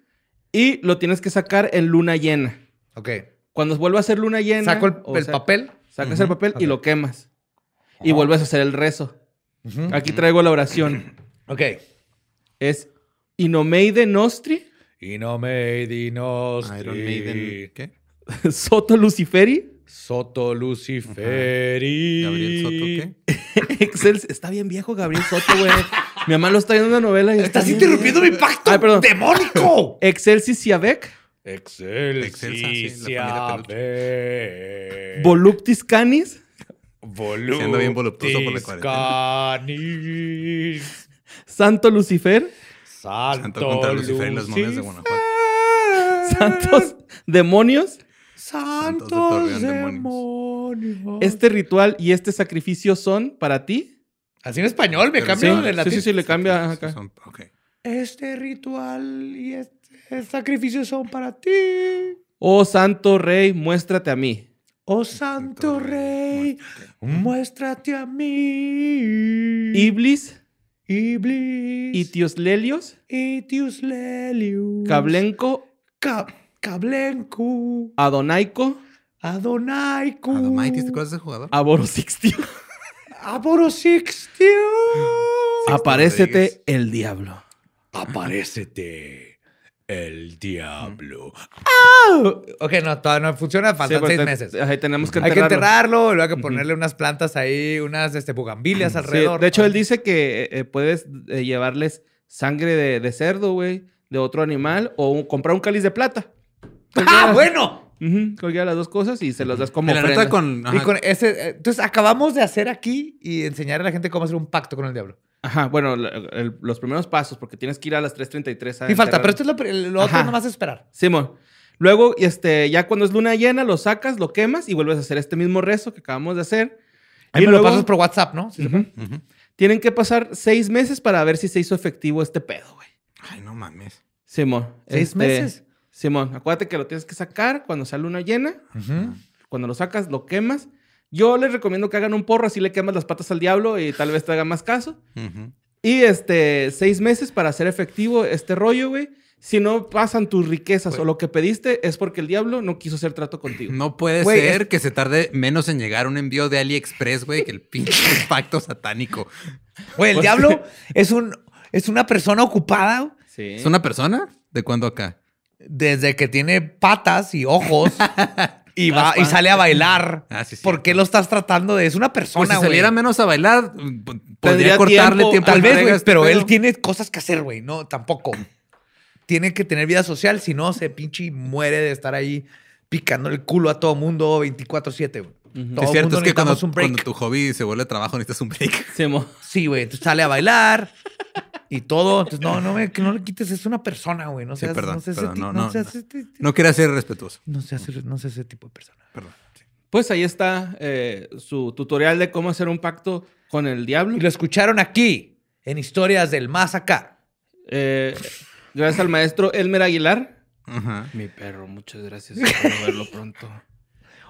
[SPEAKER 2] y lo tienes que sacar en luna llena.
[SPEAKER 1] Ok.
[SPEAKER 2] Cuando vuelva a ser luna llena,
[SPEAKER 1] Saco el,
[SPEAKER 2] o
[SPEAKER 1] el
[SPEAKER 2] sea,
[SPEAKER 1] papel.
[SPEAKER 2] Sacas
[SPEAKER 3] Ujú,
[SPEAKER 2] el papel
[SPEAKER 1] ok.
[SPEAKER 2] y lo quemas. Y vuelves a hacer el rezo.
[SPEAKER 1] Ujú.
[SPEAKER 2] Aquí traigo la oración.
[SPEAKER 1] Ok.
[SPEAKER 2] Es Inomeide Nostri,
[SPEAKER 1] Y no me di
[SPEAKER 3] Iron Maiden. ¿Qué?
[SPEAKER 2] Soto Luciferi,
[SPEAKER 1] Soto Luciferi.
[SPEAKER 3] Gabriel Soto, ¿qué?
[SPEAKER 2] Excel. Está bien viejo Gabriel Soto, güey. Mi mamá lo está viendo en una novela. Y
[SPEAKER 1] Estás
[SPEAKER 2] está bien
[SPEAKER 1] interrumpiendo mi
[SPEAKER 2] viejo.
[SPEAKER 1] pacto
[SPEAKER 2] Ay, perdón.
[SPEAKER 1] demónico.
[SPEAKER 2] Excelsis Siavec,
[SPEAKER 3] Excelsa, sí, la familia
[SPEAKER 1] Excelsiave.
[SPEAKER 2] Voluptis Canis,
[SPEAKER 3] Siendo bien voluptuoso por la cuarentena.
[SPEAKER 1] Voluptis canis,
[SPEAKER 2] Santo Lucifer,
[SPEAKER 3] Santo
[SPEAKER 1] Santo
[SPEAKER 3] contra Lucifer y los momias de Guanajuato.
[SPEAKER 2] Santos Demonios.
[SPEAKER 1] Santos
[SPEAKER 3] de Torreón,
[SPEAKER 1] demonios.
[SPEAKER 2] Este ritual y este sacrificio son para ti.
[SPEAKER 1] Así en español, me
[SPEAKER 3] Pero
[SPEAKER 1] cambio
[SPEAKER 3] sí,
[SPEAKER 1] de
[SPEAKER 2] sí,
[SPEAKER 1] latín.
[SPEAKER 2] sí, sí, le cambia
[SPEAKER 3] Sí,
[SPEAKER 2] acá.
[SPEAKER 3] son- ok.
[SPEAKER 1] Este ritual y este sacrificio son para ti.
[SPEAKER 2] Oh Santo Rey, muéstrate a mí.
[SPEAKER 1] Oh Santo Rey, muéstrate a mí.
[SPEAKER 2] Iblis,
[SPEAKER 1] Iblis.
[SPEAKER 2] Itioslelios,
[SPEAKER 1] Itius Lelius.
[SPEAKER 2] Cablenco,
[SPEAKER 1] Ca- Cablencu.
[SPEAKER 2] Adonaico,
[SPEAKER 1] Adonaicu.
[SPEAKER 3] Adamaitis, ¿te acuerdas de ese jugador?
[SPEAKER 2] Aborosixtio.
[SPEAKER 1] Aborosixtio.
[SPEAKER 2] Aparécete
[SPEAKER 3] Rodríguez.
[SPEAKER 2] el diablo.
[SPEAKER 1] Aparécete. El diablo. Mm. Ah. Ok, no, todavía no funciona. Faltan
[SPEAKER 2] Sí, pues,
[SPEAKER 1] seis
[SPEAKER 2] te-
[SPEAKER 1] meses.
[SPEAKER 2] Ahí tenemos que
[SPEAKER 1] Hay que
[SPEAKER 2] enterrarlo.
[SPEAKER 1] enterrarlo, y luego hay que ponerle unas plantas ahí, unas este, bugambilias
[SPEAKER 2] Sí,
[SPEAKER 1] alrededor.
[SPEAKER 2] de hecho, él dice que eh, eh, puedes eh, llevarles sangre de, de cerdo, güey, de otro animal, o un- comprar un cáliz de plata.
[SPEAKER 1] ¡Ah, bueno!
[SPEAKER 2] Ujú, cualquiera de las dos cosas y se las das como
[SPEAKER 3] La neta
[SPEAKER 2] ofrenda.
[SPEAKER 3] con,
[SPEAKER 1] Y
[SPEAKER 3] ajá,
[SPEAKER 1] con ese, eh, entonces acabamos de hacer aquí y enseñar a la gente cómo hacer un pacto con el diablo.
[SPEAKER 2] Ajá, bueno, la- el- los primeros pasos, porque tienes que ir a las 3.33 a
[SPEAKER 1] Y falta,
[SPEAKER 2] enterrar.
[SPEAKER 1] pero esto es lo, pri- lo otro
[SPEAKER 2] Ah, Ajá.
[SPEAKER 1] nomás es esperar.
[SPEAKER 2] Simón. Luego, este, ya cuando es luna llena, lo sacas, lo quemas y vuelves a hacer este mismo rezo que acabamos de hacer.
[SPEAKER 1] Ahí
[SPEAKER 2] Y
[SPEAKER 1] me
[SPEAKER 2] luego-
[SPEAKER 1] lo pasas por WhatsApp, ¿no? Sí,
[SPEAKER 2] Ujú.
[SPEAKER 3] Ujú.
[SPEAKER 2] Tienen que pasar seis meses para ver si se hizo efectivo este pedo, güey.
[SPEAKER 3] Ay, no mames.
[SPEAKER 2] Simón.
[SPEAKER 1] ¿Seis
[SPEAKER 2] este,
[SPEAKER 1] meses?
[SPEAKER 2] Simón, acuérdate que lo tienes que sacar cuando sale luna llena.
[SPEAKER 1] Ujú.
[SPEAKER 2] Cuando lo sacas, lo quemas. Yo les recomiendo que hagan un porro, así le quemas las patas al diablo y tal vez te haga más caso.
[SPEAKER 3] Ujú.
[SPEAKER 2] Y este, seis meses para hacer efectivo este rollo, güey. Si no pasan tus riquezas
[SPEAKER 3] Güey.
[SPEAKER 2] o lo que pediste, es porque el diablo Pues no quiso hacer trato contigo.
[SPEAKER 3] No puede
[SPEAKER 2] Güey,
[SPEAKER 3] ser
[SPEAKER 2] es-
[SPEAKER 3] que se tarde menos en llegar un envío de AliExpress, güey, que el pinche pacto satánico.
[SPEAKER 1] Güey,
[SPEAKER 2] Pues
[SPEAKER 1] el diablo es un es una persona ocupada
[SPEAKER 2] Sí.
[SPEAKER 3] ¿Es una persona? ¿De cuándo acá?
[SPEAKER 1] desde que tiene patas y ojos y va y sale a bailar.
[SPEAKER 3] Ah, sí, sí.
[SPEAKER 1] ¿Por qué lo estás tratando de? Es una persona,
[SPEAKER 3] Pues si
[SPEAKER 1] güey.
[SPEAKER 3] saliera menos a bailar, p- podría
[SPEAKER 2] Tendría
[SPEAKER 3] cortarle
[SPEAKER 2] tiempo,
[SPEAKER 3] tiempo.
[SPEAKER 1] Tal
[SPEAKER 3] al
[SPEAKER 1] vez,
[SPEAKER 3] Regas,
[SPEAKER 1] güey, pero
[SPEAKER 3] este
[SPEAKER 1] él
[SPEAKER 3] pedo.
[SPEAKER 1] tiene cosas que hacer, güey. No, tampoco. Tiene que tener vida social, si no, se pinche y muere de estar ahí picando el culo a todo mundo 24-7, güey. Todo mundo
[SPEAKER 3] Es cierto, es que cuando,
[SPEAKER 1] necesitamos un break.
[SPEAKER 3] cuando tu hobby se vuelve trabajo necesitas un break.
[SPEAKER 2] Simón.
[SPEAKER 1] Sí, güey. Entonces sale a bailar y todo. Entonces, no, no, me, que no le quites, es una persona, güey. No
[SPEAKER 3] Sí,
[SPEAKER 1] seas,
[SPEAKER 3] perdón,
[SPEAKER 1] no seas
[SPEAKER 3] perdón,
[SPEAKER 1] ese ti-
[SPEAKER 3] no,
[SPEAKER 1] no
[SPEAKER 3] no,
[SPEAKER 1] seas este- este-
[SPEAKER 3] No quería ser respetuoso.
[SPEAKER 1] no seas- no seas ese tipo de persona.
[SPEAKER 3] Perdón.
[SPEAKER 2] Pues ahí está eh, su tutorial de cómo hacer un pacto con el diablo.
[SPEAKER 1] Y lo escucharon aquí, en Historias del Más Acá.
[SPEAKER 2] Eh, gracias al maestro Elmer Aguilar.
[SPEAKER 3] Ajá.
[SPEAKER 2] Mi perro, muchas gracias. Espero verlo pronto.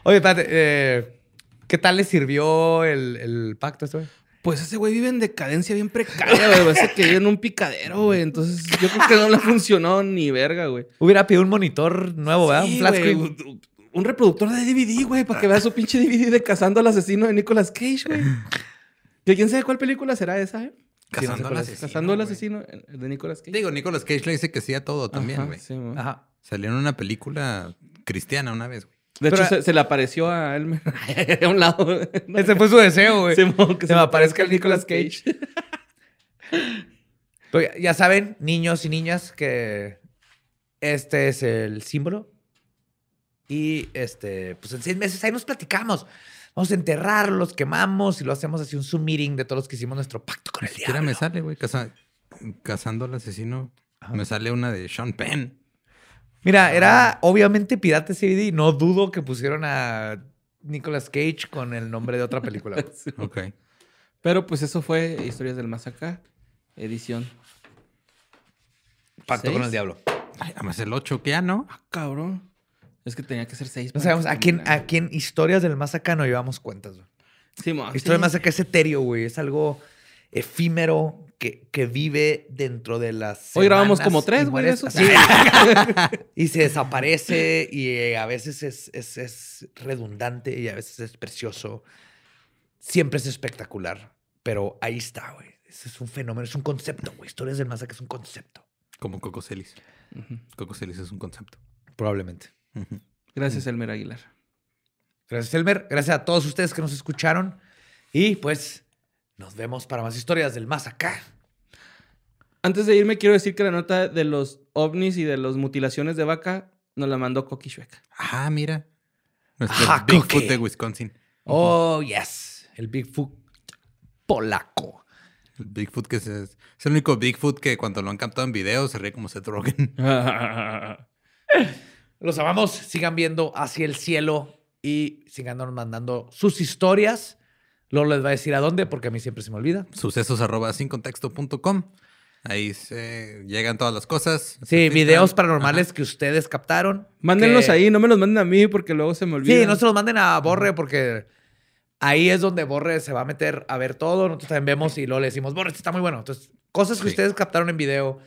[SPEAKER 1] Oye, espérate, eh, ¿qué tal le sirvió el, el pacto a este güey?
[SPEAKER 2] Pues ese güey vive en decadencia bien precaria, güey. Parece que vive en un picadero, güey. Entonces yo creo que no le funcionó ni verga, güey.
[SPEAKER 1] Hubiera pedido un monitor nuevo, ¿verdad?
[SPEAKER 2] Sí,
[SPEAKER 1] un flat
[SPEAKER 2] güey,
[SPEAKER 1] screen.
[SPEAKER 2] un- Un reproductor de DVD, güey, para que veas su pinche DVD de Cazando al Asesino de Nicolas Cage, güey. Que quién sabe cuál película será esa, eh?
[SPEAKER 3] Cazando
[SPEAKER 2] Sí, no sé
[SPEAKER 3] al
[SPEAKER 2] cuál es.
[SPEAKER 3] asesino,
[SPEAKER 2] Cazando al
[SPEAKER 3] güey.
[SPEAKER 2] asesino eh, de Nicolas Cage.
[SPEAKER 3] Digo, Nicolas Cage le dice que sí a todo también,
[SPEAKER 2] Ajá,
[SPEAKER 3] güey.
[SPEAKER 2] sí, güey. Ah,
[SPEAKER 1] Ajá.
[SPEAKER 3] Salió en una película cristiana una vez, güey.
[SPEAKER 2] De hecho,
[SPEAKER 1] Pero-
[SPEAKER 2] se, se le apareció a Elmer a un lado.
[SPEAKER 1] Ese fue su deseo, güey.
[SPEAKER 2] Simón, que
[SPEAKER 1] se me aparezca el Nicolas
[SPEAKER 2] Nicolas Cage.
[SPEAKER 1] Pero ya- ya saben, niños y niñas, que este es el símbolo. Y este, pues en seis meses ahí nos platicamos. Vamos a enterrar, los quemamos y lo hacemos así un Zoom meeting de todos los que hicimos nuestro pacto con
[SPEAKER 3] Ni
[SPEAKER 1] el
[SPEAKER 3] siquiera
[SPEAKER 1] diablo.
[SPEAKER 3] me sale, güey. Caza- Cazando al asesino. Me sale una de Sean Penn.
[SPEAKER 1] Mira, era obviamente Pirate CBD. No dudo que pusieron a Nicolas Cage con el nombre de otra película. güey.
[SPEAKER 2] Sí.
[SPEAKER 3] Ok.
[SPEAKER 2] Pero pues eso fue Historias del Más Acá, edición.
[SPEAKER 1] Pacto
[SPEAKER 2] ¿Seis?
[SPEAKER 1] con el diablo.
[SPEAKER 3] Ay, además el 8, que ya no.
[SPEAKER 2] Ah, cabrón. Es que tenía que ser seis.
[SPEAKER 1] No
[SPEAKER 2] para
[SPEAKER 1] sabemos a quién,
[SPEAKER 2] terminar.
[SPEAKER 1] a quién historias del más acá no llevamos cuentas. güey.
[SPEAKER 2] Simón,
[SPEAKER 1] Historias del
[SPEAKER 2] Ah, sí.
[SPEAKER 1] más acá es etéreo, güey. Es algo efímero que, que vive dentro de las.
[SPEAKER 2] Hoy grabamos
[SPEAKER 1] semanas
[SPEAKER 2] como
[SPEAKER 1] y
[SPEAKER 2] tres, güey, de
[SPEAKER 1] mueres-
[SPEAKER 2] esos.
[SPEAKER 1] Sí. y se desaparece y eh, a veces es, es- es redundante y a veces es precioso. Siempre es espectacular, pero ahí está, güey. Ese es un fenómeno, es un concepto, güey. Historias del más acá es un concepto.
[SPEAKER 3] Como Coco Celis.
[SPEAKER 2] Ujú.
[SPEAKER 3] Coco Celis es un concepto.
[SPEAKER 1] Probablemente.
[SPEAKER 3] Ujú.
[SPEAKER 2] Gracias, Elmer Aguilar.
[SPEAKER 1] Gracias, Elmer. Gracias a todos ustedes que nos escucharon. Y pues nos vemos para más historias del más acá.
[SPEAKER 2] Antes de irme, quiero decir que la nota de los ovnis y de las mutilaciones de vaca nos la mandó Coqui Shueca.
[SPEAKER 3] Ah, mira. Nuestro
[SPEAKER 1] Ajá,
[SPEAKER 3] Bigfoot
[SPEAKER 1] Coque.
[SPEAKER 3] de Wisconsin.
[SPEAKER 1] Oh, yes. El Bigfoot polaco.
[SPEAKER 3] El Bigfoot que se- es el único Bigfoot que cuando lo han captado en video se ríe como Seth Rogen.
[SPEAKER 1] Los amamos. Sigan viendo hacia el cielo y sigan mandando sus historias. Lolo les va a decir a dónde, porque a mí siempre se me olvida.
[SPEAKER 3] Sucesos arroba sin contexto.com. Ahí se llegan todas las cosas.
[SPEAKER 1] Sí, videos paranormales que ustedes captaron.
[SPEAKER 2] Mándenlos
[SPEAKER 1] que-
[SPEAKER 2] ahí, no me los manden a mí porque luego se me olvida.
[SPEAKER 1] Sí, no se los manden a Borre porque ahí es donde Borre se va a meter a ver todo. Nosotros también vemos y luego le decimos, Borre, esto está muy bueno. Entonces, cosas que
[SPEAKER 3] Sí.
[SPEAKER 1] ustedes captaron en video,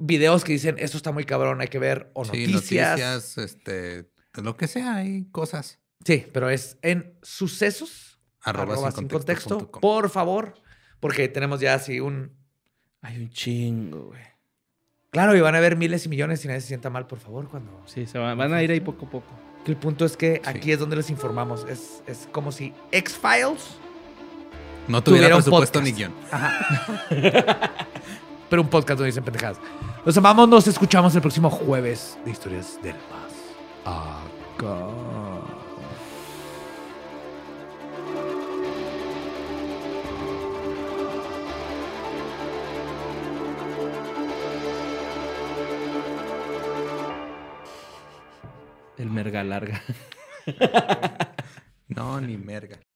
[SPEAKER 1] videos que dicen, esto está muy cabrón, hay que ver, o
[SPEAKER 3] Sí,
[SPEAKER 1] noticias.
[SPEAKER 3] noticias, este, lo que sea, hay cosas.
[SPEAKER 1] Sí, pero es en sucesos,
[SPEAKER 3] Arroba,
[SPEAKER 1] arroba sin contexto, por favor, porque tenemos ya así un...
[SPEAKER 2] Hay un chingo, güey.
[SPEAKER 1] Claro, y van a haber miles y millones y nadie se sienta mal, por favor, cuando...
[SPEAKER 2] Sí, se van, van a ir ahí poco a poco.
[SPEAKER 1] que El punto es que
[SPEAKER 3] Sí.
[SPEAKER 1] aquí es donde les informamos. Es, es como si X-Files,
[SPEAKER 3] No tuviera
[SPEAKER 1] Tuvieron
[SPEAKER 3] presupuesto
[SPEAKER 1] podcast.
[SPEAKER 3] ni guión.
[SPEAKER 1] pero un podcast donde dicen pendejadas. Los amamos, nos escuchamos el próximo jueves de Historias del Más.
[SPEAKER 2] El merga larga.
[SPEAKER 3] No, ni merga.